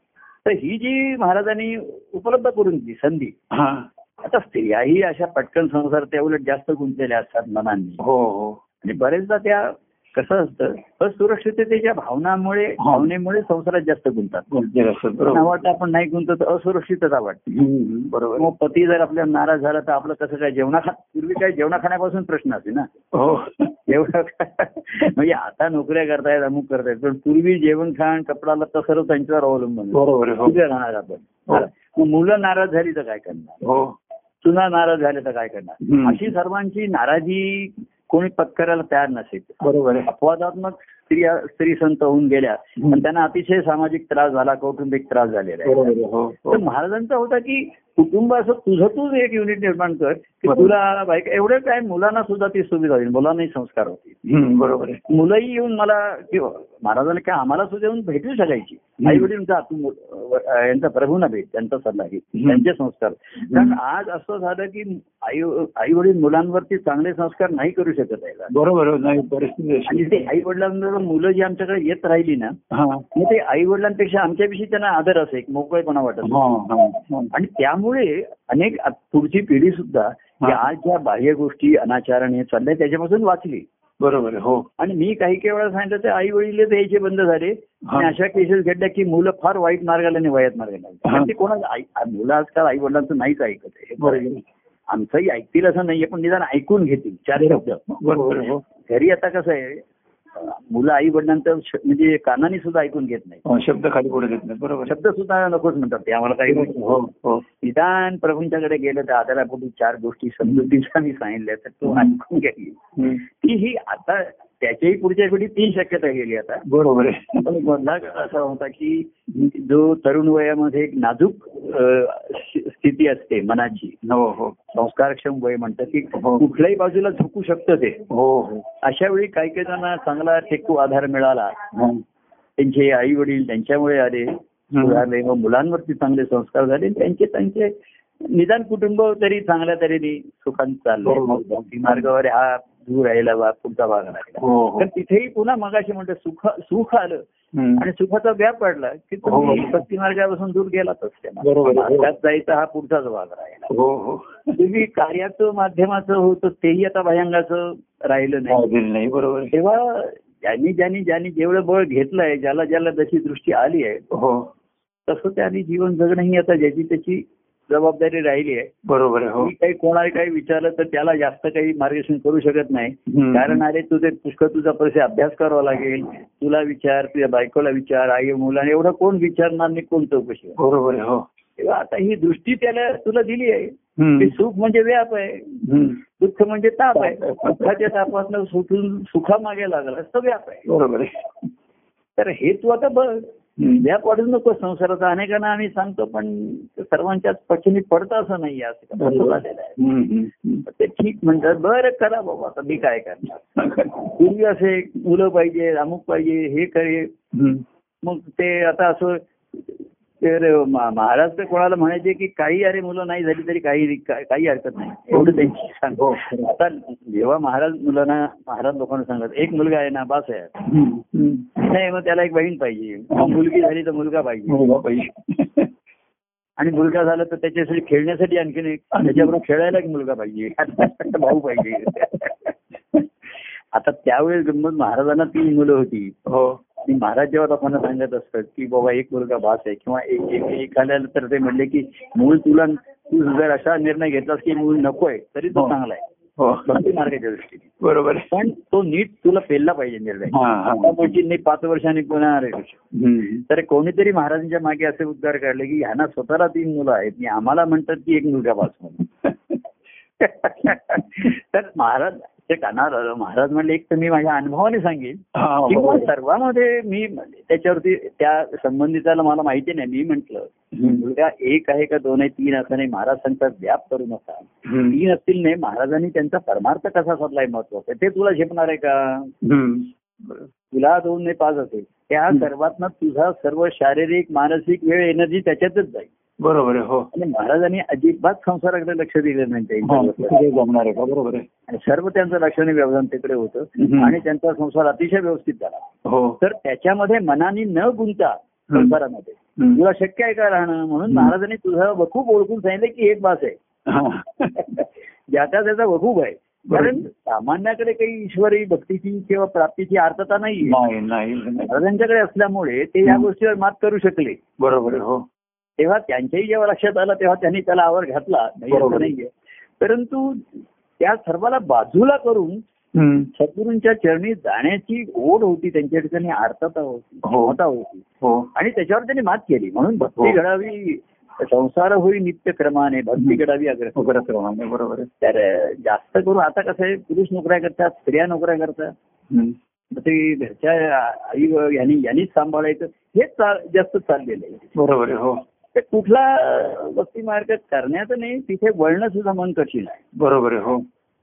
Speaker 2: तर ही जी महाराजांनी उपलब्ध करून दिली संधी
Speaker 1: हा
Speaker 2: आता स्त्रियाही अशा पटकन संसार त्या उलट जास्त गुंतलेल्या असतात मनांनी
Speaker 1: हो हो
Speaker 2: आणि बरेचदा त्या कसं असतं असुरक्षिततेच्या भावनामुळे भावनेमुळे संसारात जास्त गुंतात
Speaker 1: गुंतलेलं असतं, बरोबर.
Speaker 2: वाटतं आपण नाही गुंतत असुरक्षितता वाटते
Speaker 1: हम्म, बरोबर
Speaker 2: मग पती जर आपल्या नाराज झाला तर आपलं कसं काय जेवणा पूर्वी काय जेवणा खाण्यापासून प्रश्न असे ना
Speaker 1: हो
Speaker 2: जेवणा म्हणजे आता नोकऱ्या करतायत अमुक करतायत पण पूर्वी जेवण खाण कपडाला तर सर्व त्यांच्यावर अवलंबून होतं.
Speaker 1: बरोबर आहे, हो.
Speaker 2: कुठे राहणार आपण
Speaker 1: हो.
Speaker 2: मग मुलं नाराज झाली तर काय करणार
Speaker 1: हो
Speaker 2: सुना नाराज झाले तर काय करणार
Speaker 1: हम्म.
Speaker 2: अशी सर्वांची नाराजी कोणी पत्करायला तयार नसेल
Speaker 1: बरोबर आहे
Speaker 2: अपवादात्मक स्त्रिया स्त्री संत होऊन गेल्या
Speaker 1: हम्म.
Speaker 2: पण त्यांना अतिशय सामाजिक त्रास झाला कौटुंबिक त्रास झालेला आहे
Speaker 1: बरोबर आहे, हो हो
Speaker 2: तर महाराजांचा होता की कुटुंब असं तुझं तूच एक युनिट निर्माण कर की
Speaker 1: बरोबर.
Speaker 2: तुला बाईक एवढं काय मुलांना सुद्धा ती सुविधा होईल मुलांनाही संस्कार होतील
Speaker 1: हम्म, बरोबर आहे
Speaker 2: मुलंही येऊन मला किंवा महाराजांना काय आम्हाला सुद्धा येऊन भेटू शकायची
Speaker 1: हम्म.
Speaker 2: आई वडीलचा यांचा प्रभूना भेट त्यांचा सल्ला घे
Speaker 1: हम्म.
Speaker 2: त्यांचे संस्कार कारण आज असं झालं की आई आई वडील मुलांवरती चांगले संस्कार नाही करू शकत आहे
Speaker 1: बरोबर आहे, नाही परिस्थिती अशी.
Speaker 2: आणि ते आई वडिलांवर मुलं जी आमच्याकडे येत राहिली ना
Speaker 1: हा
Speaker 2: मग ते आई वडिलांपेक्षा आमच्याविषयी त्यांना आदर असे एक मोकळेपणा वाटत असे.
Speaker 1: हा, हा, हा.
Speaker 2: आणि त्यामुळे अनेक आ- पुढची पिढी सुद्धा की
Speaker 1: हा.
Speaker 2: आज ज्या बाह्य गोष्टी अनाचार आणि हे चाललंय त्याच्यापासून वाचली
Speaker 1: बरोबर आहे, हो
Speaker 2: आणि मी काही काही वेळा सांगितलं तर आई वडील द्यायचे बंद झाले
Speaker 1: हा.
Speaker 2: आणि अशा केसेस घडल्या की मुलं फार वाईट मार्गाला आणि वयात मार्गाला लागली.
Speaker 1: हा.
Speaker 2: पण ते कोणाचं आई आ- मुलं आजकाल आई वडिलांचं नाहीच ऐकत आहे हे खरं
Speaker 1: बरोबर
Speaker 2: आहे.
Speaker 1: आहे.
Speaker 2: आमचंही ऐकतील असं नाहीये पण निदान ऐकून घेतील चार शब्द
Speaker 1: बरोबर आहे, हो
Speaker 2: घरी आता कसं आहे अं, मुलं आई वडिलांचं श- म्हणजे कानाने सुद्धा ऐकून घेत नाही
Speaker 1: हो, शब्द खाली पुढे देत नाही बरोबर आहे.
Speaker 2: शब्द सुद्धा नकोच म्हणतात ते आम्हाला काही गोष्टी.
Speaker 1: हो हो
Speaker 2: निदान प्रभूंच्याकडे गेलं तर आधारा कुठे चार गोष्टी समजुतीच्या मी सांगितल्या तर तो ऐकून घ्यावी
Speaker 1: हम्म.
Speaker 2: ती ही आता त्याच्याही पुढच्या पिढी ती शक्यता गेली आता
Speaker 1: बरोबर आहे
Speaker 2: पण मधला काळ असा होता की जो तरुण वयामध्ये एक नाजूक अ, स्थि- स्थिती असते मनाची
Speaker 1: हो हो
Speaker 2: संस्कारक्षम वय म्हणतात की
Speaker 1: हो.
Speaker 2: कुठल्याही बाजूला झुकू शकतं ते
Speaker 1: हो हो
Speaker 2: अशा वेळी काही काही जणांना चांगला टेकू आधार मिळाला
Speaker 1: हा.
Speaker 2: त्यांचे आई वडील त्यांच्यामुळे आले सुधारले व मुलांवरती चांगले संस्कार झाले त्यांचे त्यांचे निदान कुटुंब तरी चांगल्या तऱ्हेने सुखान
Speaker 1: हो,
Speaker 2: चाललं
Speaker 1: हो.
Speaker 2: मार्गावर हा दूर राहिला बा पुढचा भाग राहिला
Speaker 1: हो हो
Speaker 2: तर तिथेही पुन्हा मगाशी म्हणतो सुख सुख आलं
Speaker 1: हम्म.
Speaker 2: आणि सुखाचा व्याप पडला की
Speaker 1: हो.
Speaker 2: तुम्ही भक्ती मार्गापासून दूर गेलातच
Speaker 1: बरोबर.
Speaker 2: त्यांना मार्गात जायचा हा पुढचाच भाग राहिला
Speaker 1: हो हो
Speaker 2: तुम्ही कार्याचं माध्यमाचं होतं तेही आता भयंगाचं राहिलं नाही
Speaker 1: काय दिलं नाही बरोबर आहे.
Speaker 2: तेव्हा ज्यांनी ज्यांनी ज्यांनी जेवढं बळ घेतलंय ज्याला ज्याला जशी दृष्टी आली आहे
Speaker 1: हो
Speaker 2: तसं त्याने जीवन जगणं ही आता ज्याची त्याची जबाबदारी राहिली आहे
Speaker 1: बरोबर आहे हो
Speaker 2: मी काही कोणाला काही विचारलं तर त्याला जास्त काही मार्गदर्शन करू शकत नाही
Speaker 1: हम्म.
Speaker 2: कारण अरे तुझे पुष्कळ तुझा पैसे अभ्यास करावा लागेल तुला विचार तुझ्या बायकोला विचार आई मुलांना एवढं कोण विचारणार नाही कोण चौकशी करणार?
Speaker 1: बरोबर आहे हो
Speaker 2: तेव्हा आता ही दृष्टी त्याला तुला दिली आहे
Speaker 1: हम्म.
Speaker 2: की सुख म्हणजे व्याप आहे
Speaker 1: हम्म.
Speaker 2: दुःख म्हणजे ताप आहे दुःखाच्या तापासनं सुटून सुखा मागे लागला तर व्याप आहे
Speaker 1: बरोबर आहे
Speaker 2: तर हे तू आता बघ
Speaker 1: हम्म.
Speaker 2: व्याप वाढू नको संसाराचा अनेकांना आम्ही सांगतो पण सर्वांच्याच पक्षाने पडतं असं नाही असं कसं झालेलं आहे
Speaker 1: हम्म, हम्म, हम्म.
Speaker 2: ते ठीक म्हणतात बरं करा बाबा आता मी काय करणार
Speaker 1: हम्म.
Speaker 2: पूर्वी असे मुलं पाहिजे अमुक पाहिजे हे करे मग ते आता असं ते रे- मा- महाराज तर कोणाला म्हणायचे की काही अरे मुलं नाही झाली तरी काही का- काही हरकत नाही एवढं त्यांची सांगतो
Speaker 1: हो.
Speaker 2: आता जेव्हा महाराज मुलांना महाराज लोकांना सांगत एक मुलगा आहे ना बास आहे
Speaker 1: हम्म, हम्म. हो
Speaker 2: नाही मग त्याला एक बहीण पाहिजे मग मुलगी झाली तर मुलगा पाहिजे
Speaker 1: मुलगा पाहिजे
Speaker 2: आणि मुलगा झाला तर त्याच्यासाठी खेळण्यासाठी आणखीन एक त्याच्याबरोबर खेळायला एक मुलगा पाहिजे भाऊ पाहिजे आता त्यावेळेस गंमत महाराजांना तीन मुलं होती
Speaker 1: हो
Speaker 2: आणि महाराज जेव्हा लोकांना सांगत असतात की बाबा एक मुलगा भास आहे किंवा एक एक- एखाद्याला तर ते म्हणले की मूळ तुला तू जर असा निर्णय घेतलास की मूळ नकोय तरी तो
Speaker 1: हो.
Speaker 2: चांगला आहे
Speaker 1: हो
Speaker 2: भक्ती मार्गाच्या दृष्टीने
Speaker 1: बरोबर आहे
Speaker 2: पण तो नीट तुला पेलला पाहिजे निर्णय
Speaker 1: हा, हा.
Speaker 2: आता म्हणशील नाही पाच वर्षांनी पुन्हा अरे
Speaker 1: हम्म.
Speaker 2: तर कोणीतरी महाराजांच्या मागे असे उद्गार काढले की ह्यांना स्वतःला तीन मुलं आहेत आणि आम्हाला म्हणतात की एक मुलगा पास म्हणून तर महाराज ते कानावर आलं. महाराज म्हणले एक तर मी माझ्या अनुभवाने सांगेन
Speaker 1: हा, हो,
Speaker 2: किंवा
Speaker 1: बरोबर आहे.
Speaker 2: सर्वांमध्ये मी त्याच्यावरती त्या संबंधिताला मला माहिती नाही मी म्हंटल
Speaker 1: हम्म.
Speaker 2: मुलगा एक आहे का दोन आहे तीन असं नाही महाराज सांगतात व्याप करू नका
Speaker 1: हम्म.
Speaker 2: तीन असतील नाही महाराजांनी त्यांचा परमार्थ कसा साधलाय महत्वाचा ते तुला झेपणार आहे का
Speaker 1: हम्म. बरोबर.
Speaker 2: तुला दोन ने पाच असेल त्या
Speaker 1: हं.
Speaker 2: सर्वातनं तुझा सर्व शारीरिक मानसिक वेळ एनर्जी त्याच्यातच जाईल
Speaker 1: बरोबर आहे हो
Speaker 2: आणि महाराजांनी अजिबात संसाराकडे लक्ष दिलं नाही
Speaker 1: हा,
Speaker 2: त्यांच्या
Speaker 1: तिकडे जमणार आहे का बरोबर आहे
Speaker 2: आणि सर्व त्यांचं लक्ष आणि व्यवधान तिकडे होतं
Speaker 1: हं.
Speaker 2: आणि त्यांचा संसार अतिशय व्यवस्थित झाला
Speaker 1: हो
Speaker 2: तर त्याच्यामध्ये मनाने न गुंता
Speaker 1: हं.
Speaker 2: संसारामध्ये
Speaker 1: हं.
Speaker 2: तुला शक्य आहे का राहणं म्हणून
Speaker 1: हं.
Speaker 2: महाराजांनी तुझा वखूब ओळखून सांगितलं की एक बास आहे
Speaker 1: हा.
Speaker 2: ज्याचा त्याचा वखूब आहे कारण सामान्याकडे काही ईश्वरी भक्तीची किंवा प्राप्तीची अर्थता नाही
Speaker 1: नाही नाही नाही.
Speaker 2: महाराजांच्याकडे असल्यामुळे ते या
Speaker 1: हं.
Speaker 2: गोष्टीवर मात करू शकले
Speaker 1: बरोबर आहे, हो
Speaker 2: तेव्हा त्यांच्याही जेव्हा लक्षात आलं तेव्हा त्यांनी त्याला आवर घातला नाही असं
Speaker 1: बरोबर.
Speaker 2: नाहीये परंतु त्या सर्वाला बाजूला करून
Speaker 1: हम्म.
Speaker 2: सद्गुरूंच्या चरणी जाण्याची ओढ होती त्यांच्या ठिकाणी अर्थता होती
Speaker 1: हो.
Speaker 2: क्षमता होती
Speaker 1: हो
Speaker 2: आणि त्याच्यावर त्यांनी मात केली म्हणून भक्ती
Speaker 1: हो.
Speaker 2: घडावी संसार होई नित्यक्रमाने भक्ती
Speaker 1: हं.
Speaker 2: घडावी अग्र
Speaker 1: बरोबर आहे, बरोबर आहे.
Speaker 2: तर अ, जास्त करून आता कसं आहे पुरुष नोकऱ्या करतात स्त्रिया नोकऱ्या करतात
Speaker 1: हम्म.
Speaker 2: मग ते घरच्या आ- आई व यांनी यांनीच सांभाळायचं हेच चा- जास्त चाललेलं आहे
Speaker 1: बरोबर आहे, हो
Speaker 2: तर कुठला अ, भक्ती मार्ग करण्याचं नाही तिथे वळणं सुद्धा मन कठीण आहे
Speaker 1: बरोबर आहे, हो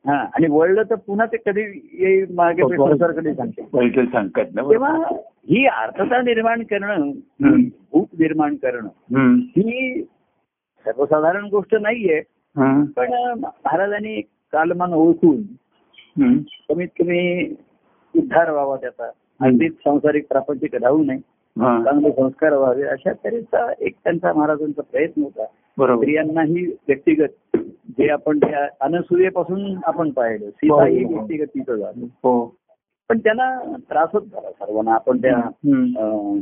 Speaker 2: हा आणि वळलं तर पुन्हा ते कधी ये- मागे ते
Speaker 1: हो.
Speaker 2: संसाराकडे सांगते
Speaker 1: वैद्य सांगतात ना
Speaker 2: तेव्हा ही अर्थता निर्माण करणं
Speaker 1: हम्म.
Speaker 2: भूक निर्माण करणं
Speaker 1: हम्म.
Speaker 2: ही सर्वसाधारण गोष्ट नाहीये
Speaker 1: हम्म.
Speaker 2: पण महाराजांनी कालमान ओळखून
Speaker 1: हम्म.
Speaker 2: कमीत कमी उद्धार व्हावा त्याचा अगदीच सांसारिक प्रापंचिक राहू नये
Speaker 1: हा.
Speaker 2: चांगले संस्कार व्हावे अशा तऱ्हेचा एक त्यांचा महाराजांचा प्रयत्न होता
Speaker 1: बरोबर
Speaker 2: स्त्रियांनाही व्यक्तिगत जे आपण त्या अनसुयेपासून आपण पाहिलं सीता ही
Speaker 1: बरोबर.
Speaker 2: व्यक्तिगत तिथं झालं
Speaker 1: हो
Speaker 2: पण त्यांना त्रासच झाला सर्वांना आपण त्या
Speaker 1: हम्म.
Speaker 2: अं,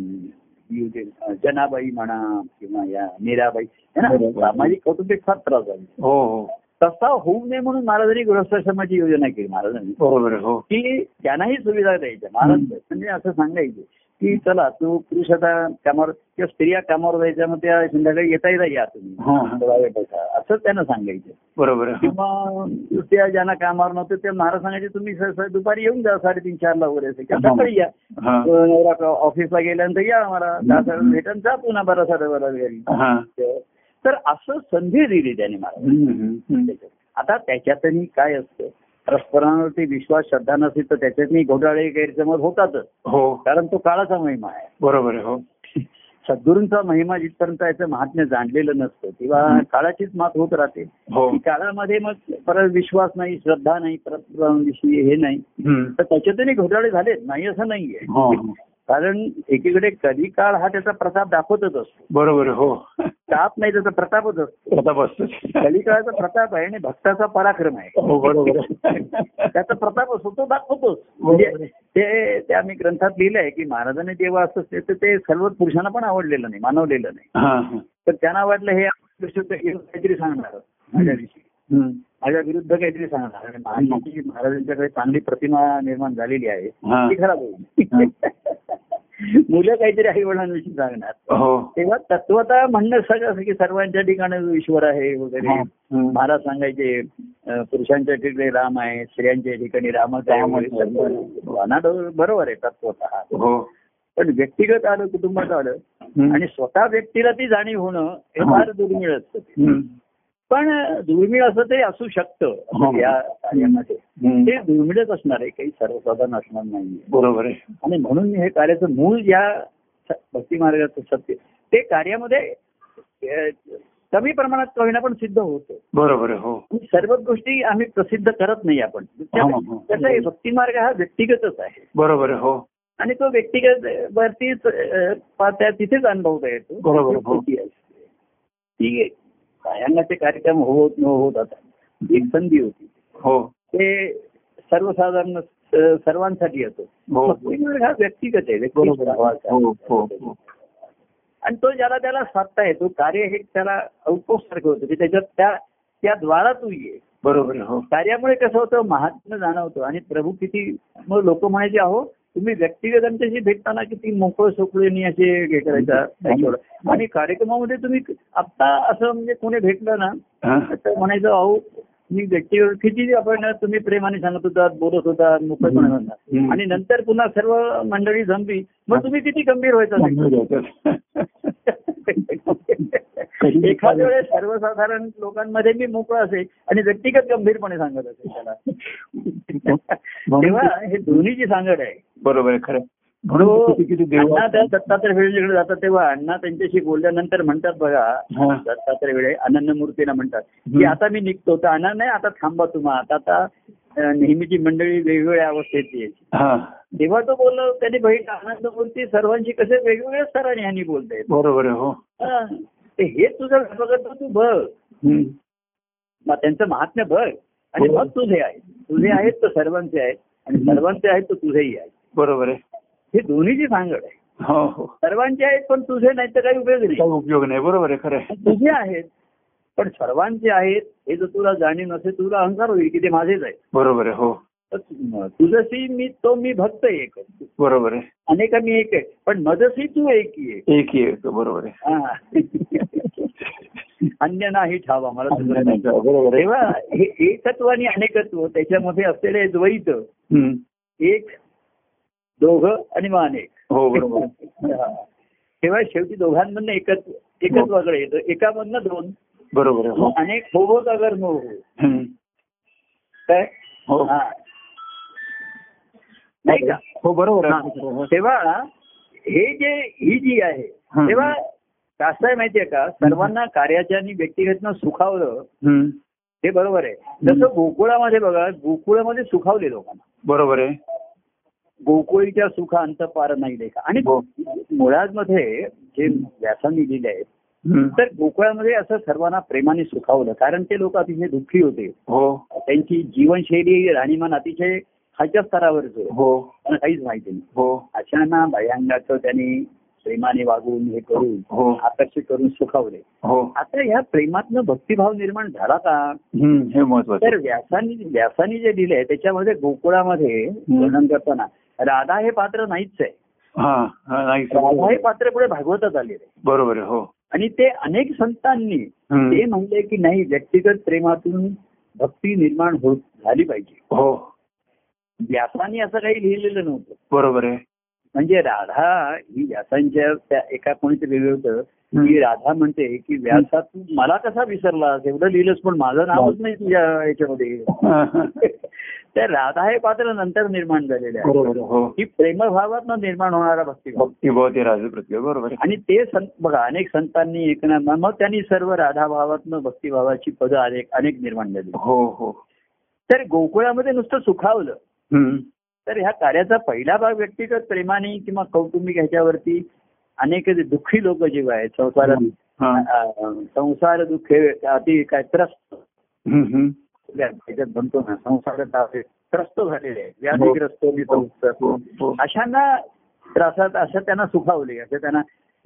Speaker 2: युजे- जनाबाई म्हणा किंवा या मीराबाई त्यांना
Speaker 1: बरोबर.
Speaker 2: सामाजिक कौटुंबिक फार त्रास झाला
Speaker 1: हो हो
Speaker 2: तसा होऊ नये म्हणून महाराजांनी गृहस्थाश्रमाची योजना केली महाराजांनी
Speaker 1: बरोबर आहे, हो
Speaker 2: की त्यांनाही सुविधा द्यायच्या महाराज
Speaker 1: हम्म.
Speaker 2: म्हणजे असं सांगायचे की चला तू पुरुष आता कामावर किंवा स्त्रिया कामावर जायच्या मग त्या संध्याकाळी येता येता या
Speaker 1: हा, हा.
Speaker 2: तुम्ही थोडा वेळ बसा. असं त्यांना सांगायचं
Speaker 1: बरोबर आहे, हो.
Speaker 2: किंवा त्या ज्यांना कामावर नव्हते ते महाराज सांगायचे तुम्ही स- स- दुपारी येऊन जा साडेतीन चारला वगैरे असं किंवा
Speaker 1: हा.
Speaker 2: सकाळी या
Speaker 1: हा.
Speaker 2: नवरा का- ऑफिसला गेल्यानंतर या मला दहा
Speaker 1: हम्म.
Speaker 2: साडे भेटून जा पुन्हा बारा साडेबारा घरी
Speaker 1: हा.
Speaker 2: तर असं संधी दिली त्याने मला
Speaker 1: हम्म, हम्म, हम्म.
Speaker 2: आता त्याच्यातही काय असतं परस्परांवरती विश्वास श्रद्धा नसेल तर त्याच्यातही घोटाळे गैरसमज होतातच
Speaker 1: हो
Speaker 2: कारण तो काळाचा महिमा आहे
Speaker 1: बरोबर आहे, हो
Speaker 2: सद्गुरूंचा महिमा जिथपर्यंत याचं महात्म्य जाणलेलं नसतं किंवा
Speaker 1: हं.
Speaker 2: काळाचीच मात होत राहते
Speaker 1: हो
Speaker 2: की काळामध्ये मग परत विश्वास नाही श्रद्धा नाही परस्परांविषयी हे नाही
Speaker 1: हम्म.
Speaker 2: तर त्याच्यातही घोटाळे झालेत नाही असं नाहीये
Speaker 1: हो हो.
Speaker 2: कारण एकीकडे कधी काळ हा त्याचा प्रताप दाखवतच असतो
Speaker 1: बरोबर आहे, हो
Speaker 2: ताप नाही त्याचा प्रतापच असतो
Speaker 1: स्वतः बसतोच
Speaker 2: कलिकाळाचा प्रताप आहे आणि भक्ताचा पराक्रम आहे
Speaker 1: हो बरोबर आहे.
Speaker 2: त्याचा प्रताप असतो तो दाखवतोच म्हणजे ते ते आम्ही ग्रंथात लिहिलंय की महाराजांनी जेव्हा असं असते तर ते सर्व पुरुषांना पण आवडलेलं नाही मानवलेलं नाही
Speaker 1: हा, हा.
Speaker 2: तर त्यांना वाटलं हे आपल्या विरुद्ध काहीतरी सांगणार माझ्याविषयी
Speaker 1: हम्म.
Speaker 2: माझ्या विरुद्ध काहीतरी सांगणार आणि महाराजांची महाराजांच्याकडे चांगली प्रतिमा निर्माण झालेली आहे
Speaker 1: हा.
Speaker 2: ती खराब होईल मुलं काहीतरी आई वडिलांविषयी सांगणार
Speaker 1: हो
Speaker 2: तेव्हा तत्वता म्हणणं सगळं असं की सर्वांच्या ठिकाणी ईश्वर आहे
Speaker 1: हा.
Speaker 2: वगैरे
Speaker 1: हम्म.
Speaker 2: महाराज सांगायचे अं, पुरुषांच्या ठिकाणी राम आहे स्त्रियांच्या ठिकाणी रामच आहे
Speaker 1: रामच आहे.
Speaker 2: वगैरे. अनादर बरोबर आहे तत्वतः
Speaker 1: हो
Speaker 2: पण व्यक्तिगत आलं कुटुंबात आलं
Speaker 1: हम्म.
Speaker 2: आणि स्वतः व्यक्तीला ती जाणीव होणं हे
Speaker 1: हा.
Speaker 2: फार दुर्मिळ असतं
Speaker 1: हम्म.
Speaker 2: पण दुर्मिळ असं ते असू शकतं
Speaker 1: हो.
Speaker 2: या कार्यामध्ये
Speaker 1: हम्म.
Speaker 2: ते दुर्मिळच असणार आहे काही सर्वसाधारण असणार नाहीये
Speaker 1: बरोबर आहे
Speaker 2: आणि म्हणून हे कार्याचं मूळ या स- भक्ती मार्गाचं सत्य ते कार्यामध्ये अ, कमी प्रमाणात का होईना पण सिद्ध होतं
Speaker 1: बरोबर आहे हो
Speaker 2: आणि सर्वच गोष्टी आम्ही प्रसिद्ध करत नाही आपण
Speaker 1: हा, हा, हा.
Speaker 2: त्याचा हे भक्ती मार्ग हा व्यक्तिगतच आहे
Speaker 1: बरोबर आहे हो
Speaker 2: आणि तो व्यक्तिगत वरतीच अ, पाहता तिथेच अनुभवता येतो
Speaker 1: बरोबर, हो.
Speaker 2: ती असते. ती सायांगाचे कार्यक्रम होत न होत आता एक संधी होती
Speaker 1: हो
Speaker 2: ते सर्वसाधारण अ, सर्वांसाठी असतो
Speaker 1: हो
Speaker 2: भक्ती मार्ग हा व्यक्तिगत आहे व्यक्तिगत
Speaker 1: बरोबर
Speaker 2: भावाचा.
Speaker 1: हो हो हो
Speaker 2: आणि तो ज्याला त्याला साधता येतो कार्य हे त्याला आउटपोस्ट सारखं होतं की त्याच्यात त्या त्या द्वारातून ये
Speaker 1: बरोबर आहे, हो
Speaker 2: कार्यामुळे कसं होतं महात्म्य जाणवतो आणि प्रभू किती मग लोक म्हणायचे अहो तुम्ही व्यक्तिगतांच्याशी भेटताना किती मोकळं सोकळीने असे हे करायचा
Speaker 1: हो.
Speaker 2: त्याच्यावर. आणि कार्यक्रमामध्ये तुम्ही आत्ता असं म्हणजे कोणी भेटलं ना
Speaker 1: हा.
Speaker 2: तर म्हणायचं अहो मी व्यक्तीवर किती आपण तुम्ही प्रेमाने सांगत होता बोलत होता मोकळेपणे होता
Speaker 1: हम्म.
Speaker 2: आणि नंतर पुन्हा सर्व मंडळी जमली मग तुम्ही किती गंभीर व्हायचा
Speaker 1: समजून घ्यायचं.
Speaker 2: एखाद्या वेळेस सर्वसाधारण लोकांमध्ये मी मोकळा असेल आणि व्यक्तिगत गंभीरपणे सांगत असेल त्याला तेव्हा हे दोन्हीची सांगड आहे
Speaker 1: बरोबर आहे खरं
Speaker 2: तो
Speaker 1: म्हणून किती किती देव
Speaker 2: हो. अण्णा त्या दत्तात्रय वेळेकडे जातात तेव्हा अण्णा त्यांच्याशी बोलल्यानंतर म्हणतात बघा
Speaker 1: हा.
Speaker 2: दत्तात्रय वेळे अनन्य मूर्तीला म्हणतात की
Speaker 1: हम्म.
Speaker 2: आता मी निघतो तर अण्णा नाही आता थांबा तुम्हा आता आता अं, नेहमीची मंडळी वेगवेगळ्या अवस्थेची आहे
Speaker 1: हा
Speaker 2: तेव्हा तो बोललो त्यांनी बहीण आनंद मूर्ती सर्वांशी कसे वेगवेगळ्या स्तराने ह्यांनी बोलतायत
Speaker 1: बरोबर आहे हो
Speaker 2: हा. ते हे तुझं बघत तू बघ
Speaker 1: हम्म.
Speaker 2: मग त्यांचं महात्म्य बघ आणि
Speaker 1: हो.
Speaker 2: मग तुझे आहे तुझे आहेत तर सर्वांचे आहेत आणि सर्वांचे आहेत तर तुझेही आहेत
Speaker 1: बरोबर आहे
Speaker 2: हे दोन्हीची सांगड आहे
Speaker 1: हो हो
Speaker 2: सर्वांचे आहेत पण तुझे नाही तर काही उपयोग नाही
Speaker 1: काही उपयोग नाही बरोबर आहे खरं आहे
Speaker 2: तुझे आहेत पण सर्वांचे आहेत हे जर तुला जाणीव नसेल तुला अहंकार होईल की ते माझेच आहे
Speaker 1: बरोबर आहे हो
Speaker 2: तर तु- तुझसी मी तो मी भक्त एक
Speaker 1: बरोबर आहे
Speaker 2: अनेक मी एक आहे पण मजसी तू एकी एक
Speaker 1: एक एक बरोबर आहे
Speaker 2: हा. अन्य नाही ठावा मला तुझं नाही.
Speaker 1: बरोबर आहे
Speaker 2: तेव्हा हे एकत्व आणि अनेकत्व त्याच्यामध्ये असलेले द्वैत
Speaker 1: हम्म.
Speaker 2: एक दोघ आणि मग अनेक
Speaker 1: हो बरोबर आहे.
Speaker 2: हा. तेव्हा शेवटी दोघांमधनं एकत्व एकत्वाकडे येतं एकामधनं दोन
Speaker 1: बरोबर आहे हो
Speaker 2: अनेक होवो का कर्म हो
Speaker 1: हम्म.
Speaker 2: काय
Speaker 1: हो
Speaker 2: हा. नाही का
Speaker 1: हो बरोबर आहे
Speaker 2: हा. तेव्हा हे जे ही जी आहे
Speaker 1: हं.
Speaker 2: तेव्हा कसं आहे माहितीये का सर्वांना कार्याच्या आणि व्यक्तिगतनं सुखावलं
Speaker 1: हम्म.
Speaker 2: हे बरोबर आहे जसं गोकुळामध्ये बघा गोकुळामध्ये सुखावले लोकांना
Speaker 1: बरोबर आहे
Speaker 2: गोकुळीच्या सुखांत पार नाही लेखा आणि
Speaker 1: हो.
Speaker 2: मुळांमध्ये जे व्यासांनी लिहिले आहे
Speaker 1: हम्म.
Speaker 2: तर गोकुळामध्ये असं सर्वांना प्रेमाने सुखावलं कारण ते लोक अतिशय दुःखी होते
Speaker 1: हो
Speaker 2: त्यांची जीवनशैली राहणीमान अतिशय खालच्या स्तरावरच होतं
Speaker 1: हो
Speaker 2: त्यांना काहीच माहिती नाही
Speaker 1: हो
Speaker 2: अशांना भयांगाचं त्यांनी प्रेमाने वागून हे करून
Speaker 1: हो
Speaker 2: आकर्षित करून सुखावले
Speaker 1: हो
Speaker 2: आता ह्या प्रेमातनं भक्तिभाव निर्माण झाला का
Speaker 1: हम्म. हे महत्वाचं आहे.
Speaker 2: तर व्यासानी व्यासानी जे दिले त्याच्यामध्ये गोकुळामध्ये वर्णन करताना राधा हे पात्र नाहीच आहे
Speaker 1: हा हा, नाही
Speaker 2: राधा हे पात्र पुढे भागवतात आलेले आहे.
Speaker 1: बरोबर आहे हो
Speaker 2: आणि ते अनेक संतांनी
Speaker 1: हम्म.
Speaker 2: ते म्हणले की नाही व्यक्तिगत प्रेमातून भक्ती निर्माण होत झाली पाहिजे
Speaker 1: हो
Speaker 2: व्यासानी असं काही लिहिलेलं नव्हतं
Speaker 1: बरोबर आहे
Speaker 2: म्हणजे राधा ही व्यासांच्या त्या एका कोणीतरी लिहिलं होतं की
Speaker 1: हम्म.
Speaker 2: राधा म्हणते की व्यासा तू मला कसा विसरलास एवढं लिहिलंस पण माझं नावच नाही तुझ्या याच्यामध्ये तर राधा हे पात्र नंतर निर्माण झालेलं आहे
Speaker 1: बरोबर आहे. हो
Speaker 2: ही प्रेमभावातनं निर्माण होणारा भक्तिभाव
Speaker 1: भक्ती भवती राजू प्रत्येक बरोबर आहे
Speaker 2: आणि ते संत बघा अनेक संतांनी एकनाथ मग मग त्यांनी सर्व राधाभावातनं भक्तिभावाची पदं अनेक अनेक निर्माण झाली
Speaker 1: हो हो
Speaker 2: तर गोकुळामध्ये नुसतं सुखावलं
Speaker 1: हम्म.
Speaker 2: तर ह्या कार्याचा पहिला भाग व्यक्तिगत प्रेमाने किंवा कौटुंबिक ह्याच्यावरती अनेक जे दुःखी लोक जेव्हा आहेत संसारात
Speaker 1: हा.
Speaker 2: अं, संसार दुःखे अति काय त्रस्त
Speaker 1: हम्म, हम्म.
Speaker 2: त्याच्यात म्हणतो ना संसारात आहे. त्रस्त झालेले आहेत व्याधीग्रस्त आणि
Speaker 1: हो, हो,
Speaker 2: संस्कृत
Speaker 1: हो.
Speaker 2: अशांना त्रासात असं त्यांना सुखावले असं त्यांना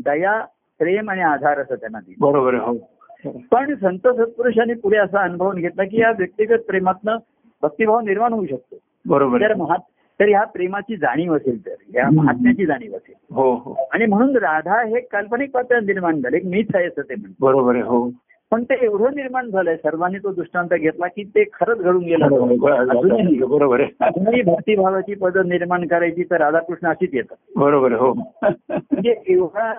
Speaker 2: दया प्रेम आणि आधार असं त्यांना दिलं
Speaker 1: बरोबर आहे हो
Speaker 2: पण संत सत्पुरुषांनी पुढे असा अनुभवून घेतला की या व्यक्तिगत प्रेमातनं भक्तिभाव निर्माण होऊ शकतो
Speaker 1: बरोबर
Speaker 2: जर
Speaker 1: आहे
Speaker 2: महात तर ह्या प्रेमाची जाणीव असेल तर या
Speaker 1: हम्म.
Speaker 2: महात्म्याची जाणीव असेल
Speaker 1: हो हो
Speaker 2: आणि म्हणून राधा हे काल्पनिक पात्र निर्माण झाले एक मीच आहे असं ते म्हणतात
Speaker 1: बरोबर आहे हो
Speaker 2: पण ते एवढं निर्माण झालंय सर्वांनी तो दृष्टांत घेतला की ते खरंच घडून
Speaker 1: बरोबर आहे.
Speaker 2: गेलं अजूनही
Speaker 1: बरोबर आहे
Speaker 2: अजूनही भक्तिभावाची पद निर्माण करायची तर राधाकृष्ण अशीच येतात
Speaker 1: बरोबर आहे हो
Speaker 2: म्हणजे एवढा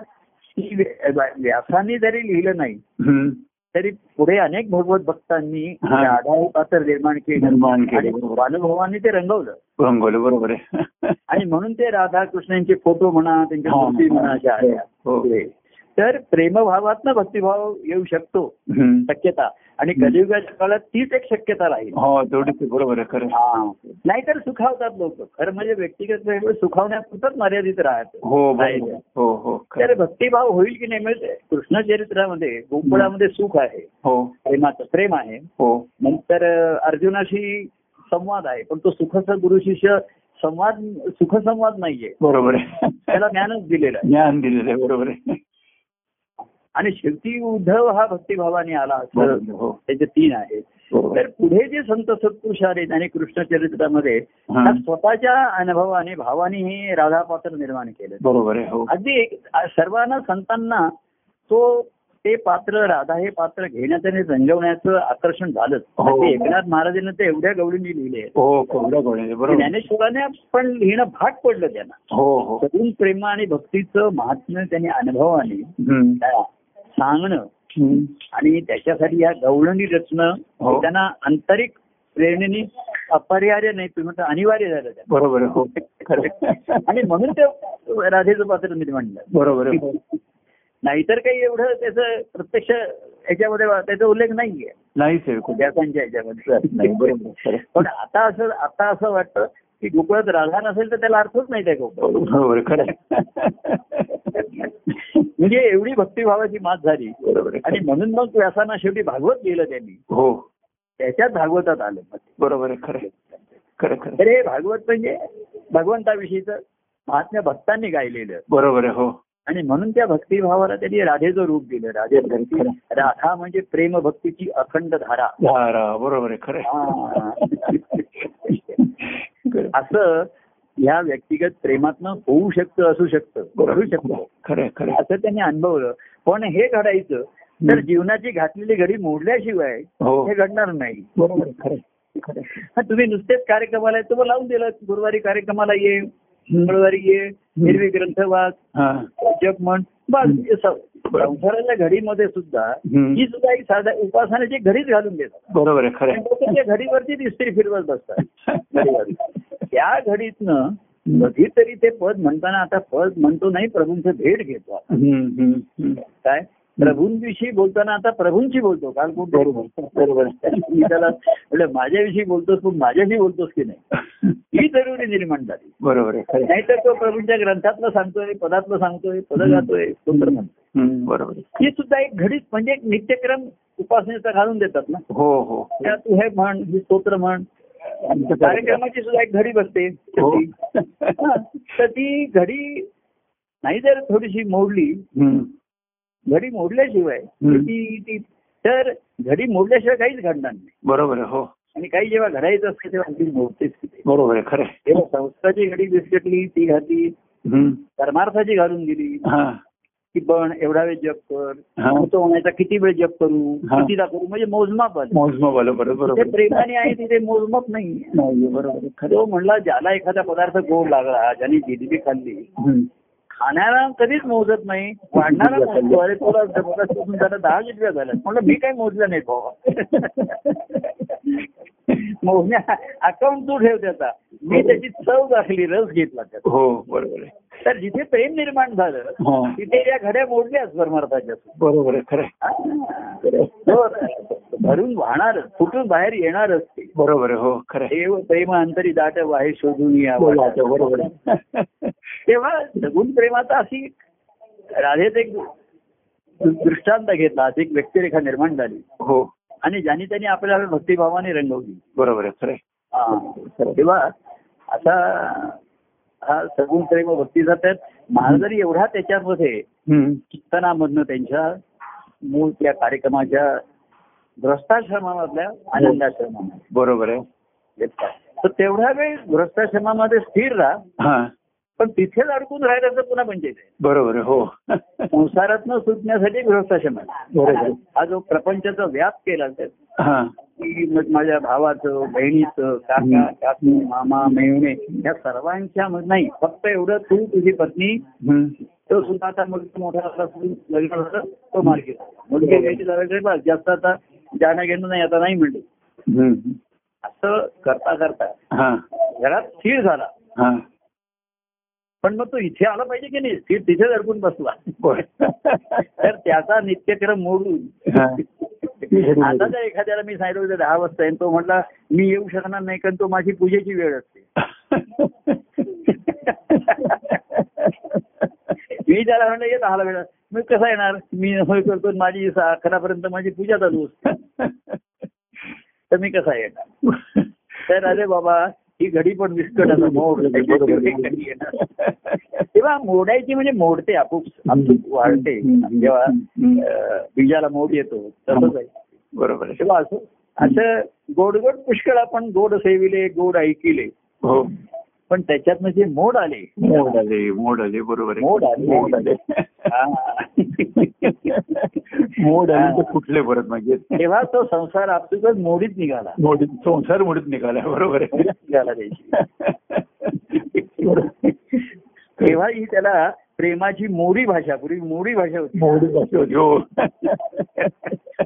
Speaker 2: की व्या- व्यासाने जरी लिहिलं नाही
Speaker 1: हम्म.
Speaker 2: तरी पुढे अनेक भगवत भक्तांनी
Speaker 1: हा.
Speaker 2: राधा हे पात्र निर्माण केलं
Speaker 1: निर्माण
Speaker 2: आणि
Speaker 1: केले
Speaker 2: अनुभवाने ते रंगवलं
Speaker 1: रंगवले बरोबर आहे
Speaker 2: आणि म्हणून ते राधाकृष्णांचे फोटो म्हणा त्यांच्या
Speaker 1: हा.
Speaker 2: मूर्ती म्हणा अशा आल्या
Speaker 1: हो
Speaker 2: पुढे. तर प्रेमभावातनं भक्तिभाव येऊ शकतो
Speaker 1: हम्म.
Speaker 2: शक्यता आणि कलियुगाच्या काळात तीच एक शक्यता राहील
Speaker 1: हो तेवढीच आहे. बरोबर आहे खरं आहे.
Speaker 2: हा. नाहीतर सुखावतात लोक खरं म्हणजे व्यक्तिगत प्रेम सुखावण्यापुरतच मर्यादित राहत
Speaker 1: हो बरोबर
Speaker 2: नाही.
Speaker 1: आहे. हो हो खरं
Speaker 2: तर
Speaker 1: आहे.
Speaker 2: भक्तिभाव होईल की नाही म्हणजे कृष्णचरित्रामध्ये गोकुळामध्ये सुख आहे
Speaker 1: हो
Speaker 2: प्रेमाचं प्रेम आहे
Speaker 1: हो
Speaker 2: नंतर अं, अर्जुनाशी संवाद आहे पण तो सुखचा गुरु शिष्य संवाद सुखसंवाद नाहीये
Speaker 1: बरोबर आहे
Speaker 2: त्याला ज्ञानच दिलेलं आहे
Speaker 1: ज्ञान दिलेलं आहे बरोबर आहे
Speaker 2: आणि शेवटी उद्धव हा भक्तिभावाने आला
Speaker 1: बरोबर
Speaker 2: असं
Speaker 1: आहे. हो
Speaker 2: त्याचे तीन आहेत
Speaker 1: बरोबर
Speaker 2: तर
Speaker 1: आहे.
Speaker 2: पुढे जे संत सत्पुरुष आहेत आणि कृष्णचरित्रामध्ये
Speaker 1: हा.
Speaker 2: त्या स्वतःच्या अनुभवाने भावाने हे राधापात्र निर्माण केलं
Speaker 1: बरोबर आहे हो
Speaker 2: अगदी एक- सर्वांना संतांना तो ते पात्र राधा हे पात्र घेण्याचं आणि रंगवण्याचं आकर्षण झालंच
Speaker 1: हो.
Speaker 2: अगदी एकनाथ महाराजांनी ते एवढ्या गवळींनी लिहिले
Speaker 1: हो कोवड्या कोवड्या बरोबर आहे.
Speaker 2: ज्ञानेश्वराने पण लिहिणं भाग पडलं त्यांना
Speaker 1: हो हो
Speaker 2: सगून प्रेम आणि भक्तीचं महात्म्य त्यांनी अनुभवाने
Speaker 1: हम्म.
Speaker 2: त्या सांगणं
Speaker 1: हम्म.
Speaker 2: आणि त्याच्यासाठी या गवळणी रचणं
Speaker 1: हो.
Speaker 2: हे त्यांना आंतरिक प्रेरणेने अपरिहार्य नाही तुम्ही म्हणता अनिवार्य झालं त्यांना.
Speaker 1: बरोबर आहे. हो खरं आहे.
Speaker 2: आणि म्हणून ते राधेचं पात्र निर्माण झालं
Speaker 1: बरोबर आहे. हो.
Speaker 2: नाहीतर काही एवढं त्याचं प्रत्यक्ष याच्यामध्ये वा- त्याचा उल्लेख नाहीये
Speaker 1: नाहीच आहे कुठे
Speaker 2: व्यासांच्या
Speaker 1: नाही बरोबर
Speaker 2: याच्यामध्ये
Speaker 1: आहे. खरं आहे.
Speaker 2: पण आता असं आता असं वाटतं की गोकुळात राधा नसेल तर त्याला अर्थच नाही त्या गोकुळात
Speaker 1: बरोबर आहे. खरं आहे.
Speaker 2: म्हणजे एवढी भक्तिभावाची मात झाली
Speaker 1: बरोबर आहे.
Speaker 2: आणि म्हणून मग व्यासांना शेवटी भागवत लिहिलं त्यांनी
Speaker 1: हो
Speaker 2: त्याच्यात भागवतात आलं मग
Speaker 1: बरोबर आहे खरं आहे. खरं खरं आहे.
Speaker 2: तर हे भागवत म्हणजे भगवंताविषयीचं महात्म्य भक्तांनी गायलेलं
Speaker 1: बरोबर आहे हो
Speaker 2: आणि म्हणून त्या भक्तिभावाला त्यांनी राधेचं रूप दिलं राधे भक्ती
Speaker 1: खरं.
Speaker 2: राधा म्हणजे प्रेम भक्तीची अखंड धारा
Speaker 1: धारा बरोबर आहे खरं आहे. खरं आहे.
Speaker 2: असं या व्यक्तिगत प्रेमातनं होऊ शकतं असू शकतं
Speaker 1: बरोबर
Speaker 2: घडू
Speaker 1: आहे.
Speaker 2: शकतं
Speaker 1: खरं आहे, खरं आहे.
Speaker 2: असं त्यांनी अनुभवलं पण हे घडायचं तर जीवनाची घातलेली घडी मोडल्याशिवाय
Speaker 1: हो
Speaker 2: हे घडणार नाही
Speaker 1: बरोबर आहे, खरं आहे, खरं आहे.
Speaker 2: हा, तुम्ही नुसतेच कार्यक्रमाला तुम्हाला लावून दिलं गुरुवारी कार्यक्रमाला ये मंगळवारी ये हिरवी ग्रंथ वाच
Speaker 1: हा.
Speaker 2: जप म्हण बस हे स- संसाराच्या घडीमध्ये सुद्धा
Speaker 1: हम्म.
Speaker 2: ही सुद्धा एक साधा उपासनाची घडीच घालून देतात
Speaker 1: बरोबर आहे खरं
Speaker 2: आणि
Speaker 1: आहे.
Speaker 2: लोक त्या घडीवरतीच इस्त्री फिरवत बसतात
Speaker 1: हम्म.
Speaker 2: त्या घडीतनं कधीतरी ते पद म्हणताना आता पद म्हणतो नाही प्रभूंचं भेट घेतो
Speaker 1: हम्म, हम्म.
Speaker 2: काय प्रभूंविषयी बोलताना आता प्रभूंची बोलतो काल कुठे
Speaker 1: बरोबर
Speaker 2: मी त्याला म्हटलं माझ्याविषयी बोलतोस पण माझ्याशी बोलतोस की नाही ही जरुरी निर्माण झाली
Speaker 1: बरोबर आहे खरं आहे.
Speaker 2: नाहीतर तो प्रभूंच्या ग्रंथातलं सांगतोय पदातलं सांगतोय पद गातोय स्तोत्र म्हणतोय
Speaker 1: हम्म, बरोबर आहे.
Speaker 2: ही सुद्धा एक घडीच म्हणजे एक नित्यक्रम उपासनेचा घालून देतात ना
Speaker 1: हो हो
Speaker 2: त्या तू हे म्हण ही स्तोत्र म्हण कार्यक्रमाची सुद्धा एक घडी बसते
Speaker 1: हो
Speaker 2: हा, तर ती घडी नाही जर थोडीशी मोडली
Speaker 1: हम्म.
Speaker 2: घडी मोडल्याशिवाय
Speaker 1: हम्म.
Speaker 2: ती ती तर घडी मोडल्याशिवाय काहीच घडणार नाही
Speaker 1: बरोबर आहे हो
Speaker 2: आणि काही जेव्हा घडायचं असतं तेव्हा घडी मोडतेच तिथे
Speaker 1: बरोबर आहे खरं आहे.
Speaker 2: तेव्हा संस्थाची घडी विस्कटली ती घातली
Speaker 1: हम्म.
Speaker 2: कर्मार्थाची घालून गेली
Speaker 1: हा
Speaker 2: की पण एवढा वेळ जप कर
Speaker 1: हा.
Speaker 2: मोठं होण्याचा किती वेळ जप करू
Speaker 1: हा.
Speaker 2: कितीदा करू म्हणजे मोजमाप आलं
Speaker 1: मोजमाप आलं बरोबर
Speaker 2: तिथे
Speaker 1: बरोबर
Speaker 2: प्रेमाने आहे तिथे मोजमाप नाही
Speaker 1: नाहीये, बरोबर आहे, खरं आहे.
Speaker 2: तो म्हणला ज्याला एखादा पदार्थ गोड लागला ज्याने जिलेबी खाल्ली
Speaker 1: हम्म.
Speaker 2: खाणारा कधीच मोजत नाही वाढणारा मोजतो अरे तुला तुला शोधून त्याला दहा जिलब्या झाल्या म्हणलं मी काय मोजलं नाही भाऊ मोजण्या अकाउंट तू ठेव त्याचा मी त्याची चव दाखली रस घेतला त्याचा
Speaker 1: हो बरोबर आहे
Speaker 2: तर जिथे प्रेम निर्माण झालं
Speaker 1: हा.
Speaker 2: तिथे या घड्या मोडल्याच परमार्थाच्या
Speaker 1: बरोबर आहे खरं आहे.
Speaker 2: तो भरून वाहणारच फुटून बाहेर येणारच ते
Speaker 1: बरोबर आहे हो खरं आहे.
Speaker 2: देव प्रेम अंतरी दाट बाहेर शोधून या
Speaker 1: बोला आता, हो, बरोबर आहे
Speaker 2: तेव्हा सगुण प्रेमाचा अशी राधेत एक दृष्टांत घेतला अशी एक व्यक्तिरेखा निर्माण झाली
Speaker 1: हो
Speaker 2: आणि ज्याने त्यांनी आपल्याला भक्तिभावाने रंगवली
Speaker 1: बरोबर आहे खरं आहे.
Speaker 2: हा. तेव्हा आता हा सगुण प्रेम भक्तीचा त्यात महाराजांनी एवढा त्याच्यामध्ये
Speaker 1: हम्म.
Speaker 2: कीर्तनामधनं त्यांच्या मूळ त्या कार्यक्रमाच्या ग्रस्ताश्रमामधल्या आनंदाश्रमामध्ये
Speaker 1: बरोबर आहे
Speaker 2: घेतला तर तेवढा वेळ ग्रस्ताश्रमामध्ये स्थिर राहा
Speaker 1: हा
Speaker 2: पण तिथेच अडकून राहिल्याचं पुन्हा पंचायत आहे
Speaker 1: बरोबर आहे हो
Speaker 2: संसारातनं सुटण्यासाठी गृहस्थाश्रम आहे
Speaker 1: बरोबर.
Speaker 2: हा जो प्रपंचाचा व्याप केला त्यात
Speaker 1: हा
Speaker 2: की मग माझ्या भावाचं बहिणीचं काका
Speaker 1: हम्म.
Speaker 2: काकू मामा मेहुणे या सर्वांच्या मग नाही फक्त एवढं तू तुझी पत्नी
Speaker 1: हम्म.
Speaker 2: तो सुद्धा आता मग तो मोठा झाला असून लग्न झालं तो मार्केट मुलगी घ्यायची झाल्याकडे बस जास्त आता जाणं घेणं नाही आता नाही म्हणले
Speaker 1: हम्म.
Speaker 2: असं करता करता
Speaker 1: हा
Speaker 2: घरात स्थिर झाला
Speaker 1: हा
Speaker 2: पण मग तो इथे आला पाहिजे की नाही स्थिर तिथेच अडकून बसला
Speaker 1: बर
Speaker 2: तर त्याचा नित्यक्रम मोडून
Speaker 1: हा.
Speaker 2: आता जर एखाद्याला मी सांगितलं होतं दहा वाजता आहे, आणि तो म्हटला मी येऊ शकणार नाही कारण तो माझी पूजेची वेळ असते मी त्याला म्हणलं ये दहाला वेळ मी कसा येणार मी होय करतो आणि माझी सहा अकरापर्यंत माझी पूजा चालू असते तर मी कसा येणार तर अरे बाबा ही घडी पण विस्कट असं मोड त्याच्याशिवाय घडी येणार. तेव्हा मोडायची म्हणजे मोडते आपूप आपूप वाढते जेव्हा अं, बीजाला मोड येतो तसंच आहे
Speaker 1: बरोबर आहे
Speaker 2: तेव्हा असं असं गोड गोड पुष्कळ आपण गोड सेविले गोड ऐकिले
Speaker 1: हो
Speaker 2: पण त्याच्यातनं जे मोड आले
Speaker 1: मोड आले मोड आले बरोबर आहे
Speaker 2: मोड आले.
Speaker 1: मोड आले
Speaker 2: हा.
Speaker 1: मोड आले ते
Speaker 2: हा.
Speaker 1: फुटले परत म्हणजे
Speaker 2: तेव्हा तो संसार आपसुकच मोडीत निघाला
Speaker 1: मोडीत संसार मोडीत निघाला बरोबर आहे
Speaker 2: मोडीत निघाला त्याची
Speaker 1: बरोबर आहे.
Speaker 2: तेव्हाही त्याला प्रेमाची मोडी भाषा पूर्वी मोडी भाषा होती
Speaker 1: मोडी भाषा होती हो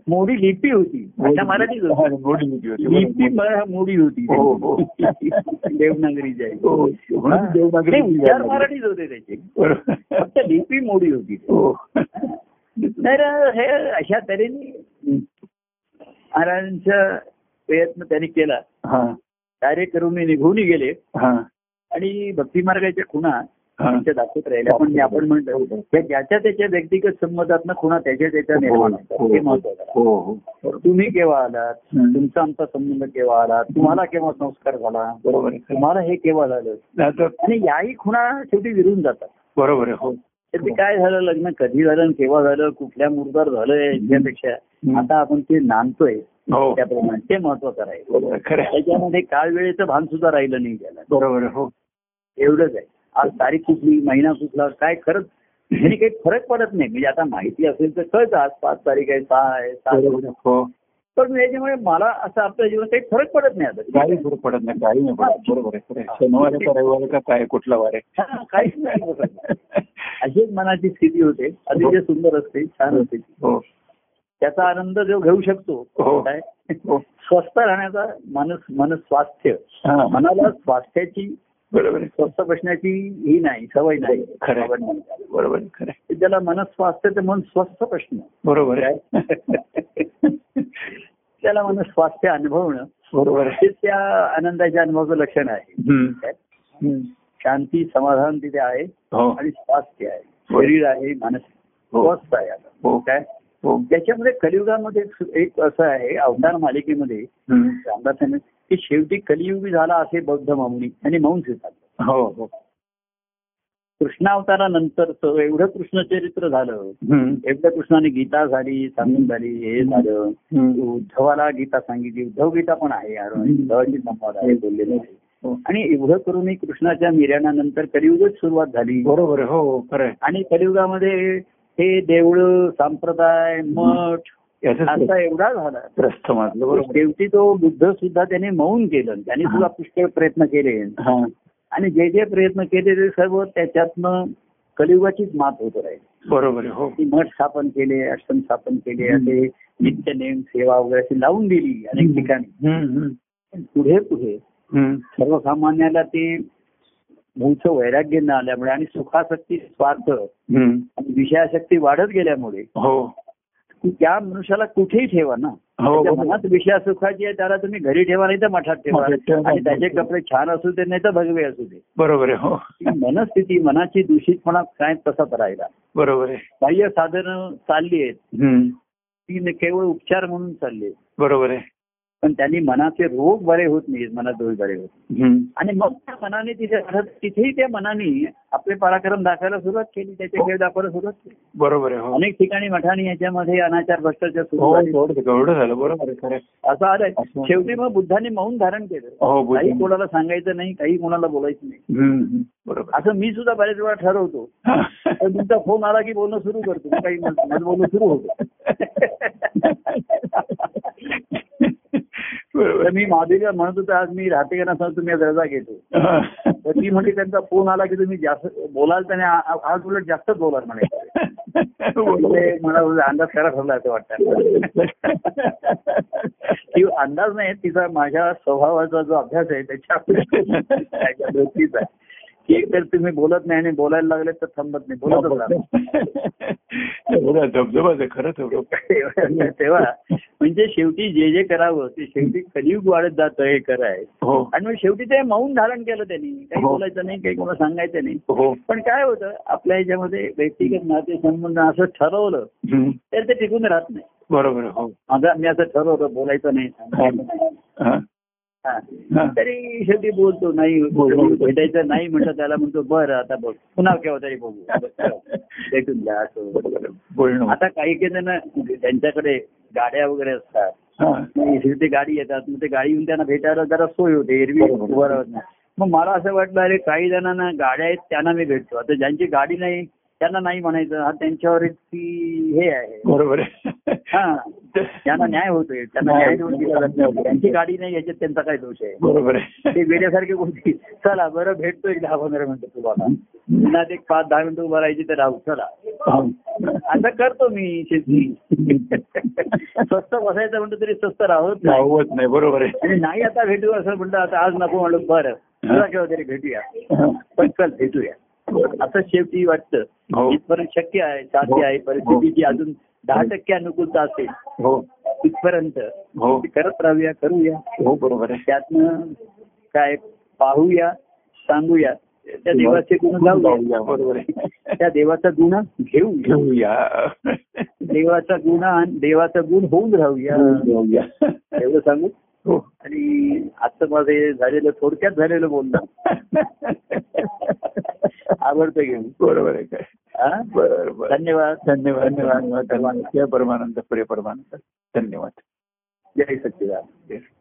Speaker 2: मोडी लिपी होती भाषा मराठीच
Speaker 1: हा,
Speaker 2: होती
Speaker 1: मोडी लिपी होती
Speaker 2: लिपी
Speaker 1: बरोबर.
Speaker 2: मरा- मोडी होती
Speaker 1: हो, हो.
Speaker 2: देवनागरीची आहे
Speaker 1: हो, म्हणून देवनागरी
Speaker 2: नाही, उच्चार
Speaker 1: लिपी आहे.
Speaker 2: मराठीच होते त्याचे
Speaker 1: बरोबर.
Speaker 2: फक्त लिपी मोडी होती
Speaker 1: हो.
Speaker 2: तर हे अशा तऱ्हेने महाराजांचा प्रयत्न त्यांनी केला
Speaker 1: हा
Speaker 2: कार्य करून निघून गेले
Speaker 1: हा
Speaker 2: आणि भक्ती मार्गाच्या खुणा
Speaker 1: हा.
Speaker 2: इच्छा दाखवत राहिले आपण जे आपण म्हणलं हे ज्याच्या त्याच्या व्यक्तिगत संमतातनं खुणा त्याच्या त्याच्या निर्माण होतात हे महत्वाचं आहे.
Speaker 1: हो हो
Speaker 2: तुम्ही केव्हा आलात
Speaker 1: हम्म.
Speaker 2: तुमचा आमचा संबंध केव्हा आला तुम्हाला केव्हा संस्कार झाला
Speaker 1: बरोबर आहे.
Speaker 2: तुम्हाला हे केव्हा झालं
Speaker 1: आता
Speaker 2: आणि याही खुणा शेवटी विरून जातात
Speaker 1: बरोबर आहे हो
Speaker 2: तर ते काय झालं लग्न कधी झालं आणि केव्हा झालं कुठल्या मुर्दार झालं याच्यापेक्षा आता आपण ते नांदतोय
Speaker 1: हो
Speaker 2: त्याप्रमाणे ते महत्वाचं राहील
Speaker 1: बरोबर आहे. खरं आहे.
Speaker 2: त्याच्यामध्ये काळ वेळेचं भान सुद्धा राहिलं नाही त्याला
Speaker 1: बरोबर आहे. हो
Speaker 2: एवढंच आहे आज तारीख कुठली महिना कुठला काय खरंच म्हणजे काही फरक पडत नाही म्हणजे आता माहिती असेल तर कळतं आज पाच तारीख आहे सहा आहे
Speaker 1: बरोबर
Speaker 2: सात
Speaker 1: आहे. हो
Speaker 2: पण याच्यामुळे मला असं आपल्या जीवनात काही फरक पडत नाही आता
Speaker 1: काही फरक पडत नाही काही नाही पडत बरोबर आहे खरं आहे. शनिवार आहे का रविवार आहे का काय कुठला वार आहे
Speaker 2: हा, काहीच नाही फरक पडत. अशी एक मनाची स्थिती होते अतिशय सुंदर असते छान असते
Speaker 1: हो
Speaker 2: त्याचा आनंद जो घेऊ शकतो
Speaker 1: हो.
Speaker 2: काय
Speaker 1: हो
Speaker 2: स्वस्थ राहण्याचा मानस मनस स्वास्थ्य
Speaker 1: हा.
Speaker 2: मनाला स्वास्थ्याची
Speaker 1: बरोबर आहे.
Speaker 2: स्वस्थ बसण्याची ही नाही सवय नाही
Speaker 1: खरं
Speaker 2: आवड नाही.
Speaker 1: आहे. बरोबर आहे. खरं आहे.
Speaker 2: त्याला मनस्वास्थ्य ते मन स्वस्थ प्रश्न
Speaker 1: बरोबर आहे
Speaker 2: त्याला मनस्वास्थ्य अनुभवणं
Speaker 1: बरोबर आहे
Speaker 2: हे त्या आनंदाच्या अनुभवाचं लक्षण आहे
Speaker 1: हम्म.
Speaker 2: काय?
Speaker 1: हम्म.
Speaker 2: शांती समाधान तिथे आहे
Speaker 1: हो
Speaker 2: आणि स्वास्थ्य आहे
Speaker 1: हो.
Speaker 2: शरीर आहे मानसिक
Speaker 1: हो
Speaker 2: स्वस्थ आहे आता.
Speaker 1: हो.
Speaker 2: काय
Speaker 1: हो
Speaker 2: त्याच्यामध्ये कलियुगामध्ये एक- एक असं आहे अवतार मालिकेमध्ये
Speaker 1: हम्म.
Speaker 2: रामदासाने की शेवटी कलियुगी झाला असे बौद्ध मामुनी आणि मौन स्वीकारलं
Speaker 1: हो हो
Speaker 2: कृष्णावतारानंतरचं एवढं कृष्ण चरित्र झालं
Speaker 1: हम्म.
Speaker 2: एकदा कृष्णाने गीता झाली सांगून झाली हे झालं
Speaker 1: हम्म.
Speaker 2: उद्धवाला गीता सांगितली उद्धव गीता पण आहे यार उद्धवाची संवाद आहे बोललेलं आहे
Speaker 1: हो.
Speaker 2: आणि एवढं करूनही कृष्णाच्या निर्याणानंतर कलियुगच सुरुवात झाली
Speaker 1: बरोबर आहे. हो खरं आहे
Speaker 2: आणि कलियुगामध्ये हे देवळं संप्रदाय मठ
Speaker 1: याचं
Speaker 2: असा एवढा झाला
Speaker 1: प्रस्थ माजलं बरोबर आहे.
Speaker 2: शेवटी तो बुद्ध सुद्धा त्याने मौन केलं त्याने सुद्धा पुष्कळ प्रयत्न केले
Speaker 1: हा
Speaker 2: आणि जे जे प्रयत्न केले ते सर्व त्याच्यातनं कलियुगाचीच मात होत राहील
Speaker 1: बरोबर आहे. हो
Speaker 2: की मठ स्थापन केले आश्रम स्थापन केले
Speaker 1: हम्म.
Speaker 2: असे नित्य नेम सेवा वगैरे अशी लावून दिली अनेक ठिकाणी
Speaker 1: हम्म. हम्म.
Speaker 2: पण पुढे पुढे
Speaker 1: हम्म.
Speaker 2: सर्वसामान्याला ते मूळचं वैराग्य न आल्यामुळे आणि सुखासक्ती स्वार्थ आणि
Speaker 1: हम्म.
Speaker 2: विषयाशक्ती वाढत गेल्यामुळे
Speaker 1: हो
Speaker 2: की त्या मनुष्याला कुठेही ठेवा ना
Speaker 1: हो
Speaker 2: त्याच्या
Speaker 1: बरोबर.
Speaker 2: मनात विषयासुखाची आहे त्याला तुम्ही घरी ठेवा नाही तर मठात ठेवा
Speaker 1: मठात ठेवा.
Speaker 2: आणि त्याचे कपडे छान असू दे नाही तर भगवे असू दे
Speaker 1: बरोबर आहे हो
Speaker 2: ती मनस्थिती मनाची दूषितपणा काय तसाच राहिला
Speaker 1: बरोबर आहे
Speaker 2: बाह्य साधनं चालली आहेत
Speaker 1: हम्म.
Speaker 2: ती न- केवळ उपचार म्हणून चालली आहेत
Speaker 1: बरोबर आहे
Speaker 2: पण त्यांनी मनाचे रोग बरे होत नाहीत मनात दोष बरे होत नाही.
Speaker 1: हम्म.
Speaker 2: आणि मग त्या मनाने तिथे राहत- तिथेही त्या मनाने आपले पराक्रम दाखवायला सुरुवात केली त्याचे खेळ दाखवायला सुरुवात केली
Speaker 1: बरोबर आहे हो
Speaker 2: अनेक ठिकाणी मठाने याच्यामध्ये अनाचार भ्रष्टाचार सुरू
Speaker 1: हो
Speaker 2: झाले
Speaker 1: एवढं एवढं झालं बरोबर आहे खरं आहे.
Speaker 2: असं आलंय
Speaker 1: असं.
Speaker 2: शेवटी मग बुद्धाने मौन धारण
Speaker 1: हो,
Speaker 2: केलं
Speaker 1: बुद्ध.
Speaker 2: काही कोणाला सांगायचं नाही काही कोणाला बोलायचं नाही
Speaker 1: हम्म. हम्म. बरोबर
Speaker 2: असं मी सुद्धा बऱ्याच वेळा ठरवतो
Speaker 1: हा.
Speaker 2: पण तुमचा फोन आला की बोलणं सुरू करतो मी काही बोल- माझं बोलणं सुरू होतं तर
Speaker 1: बरोबर
Speaker 2: मी महादेवीला म्हणत होतो आज मी राहतेकरांना सांगतो मी आज रजा घेतो
Speaker 1: हा.
Speaker 2: तर ती म्हणजे त्यांचा फोन आला की तुम्ही जास्त बोलाल त्याने आ- आ- आज उलट जास्तच बोलाल म्हणे
Speaker 1: बरोबर
Speaker 2: म्हणजे
Speaker 1: आहे.
Speaker 2: मला उलट अंदाज खरा ठरला असं वाटतं ती अंदाज नाही तिचा माझ्या स्वभावाचा जो अभ्यास आहे त्याच्या त्याच्या गोष्टीचा आहे की एकतर तुम्ही बोलत नाही आणि बोलायला लागले तर थांबत नाही बोलतच राहणार.
Speaker 1: एवढा धबधबाच आहे खरं तेवढं
Speaker 2: तेव्हा म्हणजे शेवटी जे जे करावं ते शेवटी कलियुग वाढत जातं हे खरं आहे
Speaker 1: हो
Speaker 2: आणि मग शेवटी ते मौन धारण केलं त्यांनी काही
Speaker 1: हो.
Speaker 2: बोलायचं नाही काही कोणाला सांगायचं नाही
Speaker 1: हो
Speaker 2: पण काय होतं आपल्या ह्याच्यामध्ये व्यक्तिगत नाते संबंध असं ठरवलं
Speaker 1: हम्म.
Speaker 2: तर ते टिकून राहत नाही
Speaker 1: बरोबर आहे. हो
Speaker 2: माझा मी असं ठरवलं बोलायचं नाही सांगायचं नाही.
Speaker 1: हा.
Speaker 2: हा. तरी शेवटी बोलतो नाही
Speaker 1: बोलतो.
Speaker 2: भेटायचं नाही म्हटलं त्याला म्हणतो बरं आता बोल पुन्हा केव्हा तरी बघू भेटून जा असं
Speaker 1: बरोबर आहे. बोलणं
Speaker 2: आता काही काही जण त्यांच्याकडे गाड्या वगैरे असतात
Speaker 1: हा.
Speaker 2: ते गाडी येतात मग ते गाडी येऊन त्यांना भेटायला जरा सोय होते एरवी
Speaker 1: बरोबर.
Speaker 2: उभं राहत नाही मग मला असं वाटलं अरे काही जणांना गाड्या आहेत त्यांना मी भेटतो आता ज्यांची गाडी नाही त्यांना नाही म्हणायचं हा त्यांच्यावर एक ती हे आहे
Speaker 1: बरोबर आहे.
Speaker 2: हा त्यांना न्याय होतोय त्यांना न्याय देऊन दिला जात नाही. त्यांची गाडी नाही याच्यात त्यांचा काय दोष आहे
Speaker 1: बरोबर आहे
Speaker 2: ते वेड्यासारखे गोष्टी चला बरं भेटतो एक दहा पंधरा मिनिटं तुम्हाला पुन्हा एक पाच दहा मिनिटं उभं राहायची तर राहू चला
Speaker 1: हा.
Speaker 2: असं करतो मी शेती स्वस्त बसायचं म्हणतो तरी स्वस्त राहत नाही
Speaker 1: राहवत नाही बरोबर आहे
Speaker 2: आणि नाही आता भेटू असं म्हणलं आता आज नको म्हणलं बरं तुला केव्हा तरी भेटूया
Speaker 1: हा.
Speaker 2: पण चल भेटूया असं शेवटी वाटतं
Speaker 1: हो.
Speaker 2: जिथपर्यंत शक्य आहे साध्य आहे परिस्थितीची अजून दहा टक्के अनुकूलता असेल
Speaker 1: हो
Speaker 2: तिथपर्यंत
Speaker 1: हो
Speaker 2: ते करत राहूया करूया
Speaker 1: हो बरोबर आहे
Speaker 2: त्यातनं काय पाहूया सांगूया त्या देवाचे गुण
Speaker 1: जाऊया,
Speaker 2: लावूया
Speaker 1: बरोबर आहे.
Speaker 2: त्या देवाचा गुण घेऊ
Speaker 1: घेऊया
Speaker 2: देवाचा गुण आण- देवाचा गुण होऊन राहूया
Speaker 1: घेऊया
Speaker 2: एवढं सांगू
Speaker 1: हो
Speaker 2: आणि आजचं माझं हे झालेलं थोडक्यात झालेलं बोलणं आवडतं घेऊन
Speaker 1: बरोबर आहे काय
Speaker 2: हा?
Speaker 1: बरं बरं
Speaker 2: धन्यवाद
Speaker 1: धन्यवाद
Speaker 2: धन्यवाद.
Speaker 1: धन्यवाद धन्यवाद जय परमानंद प्रिय परमानंद धन्यवाद
Speaker 2: जय सच्चिदानंद
Speaker 1: Yes.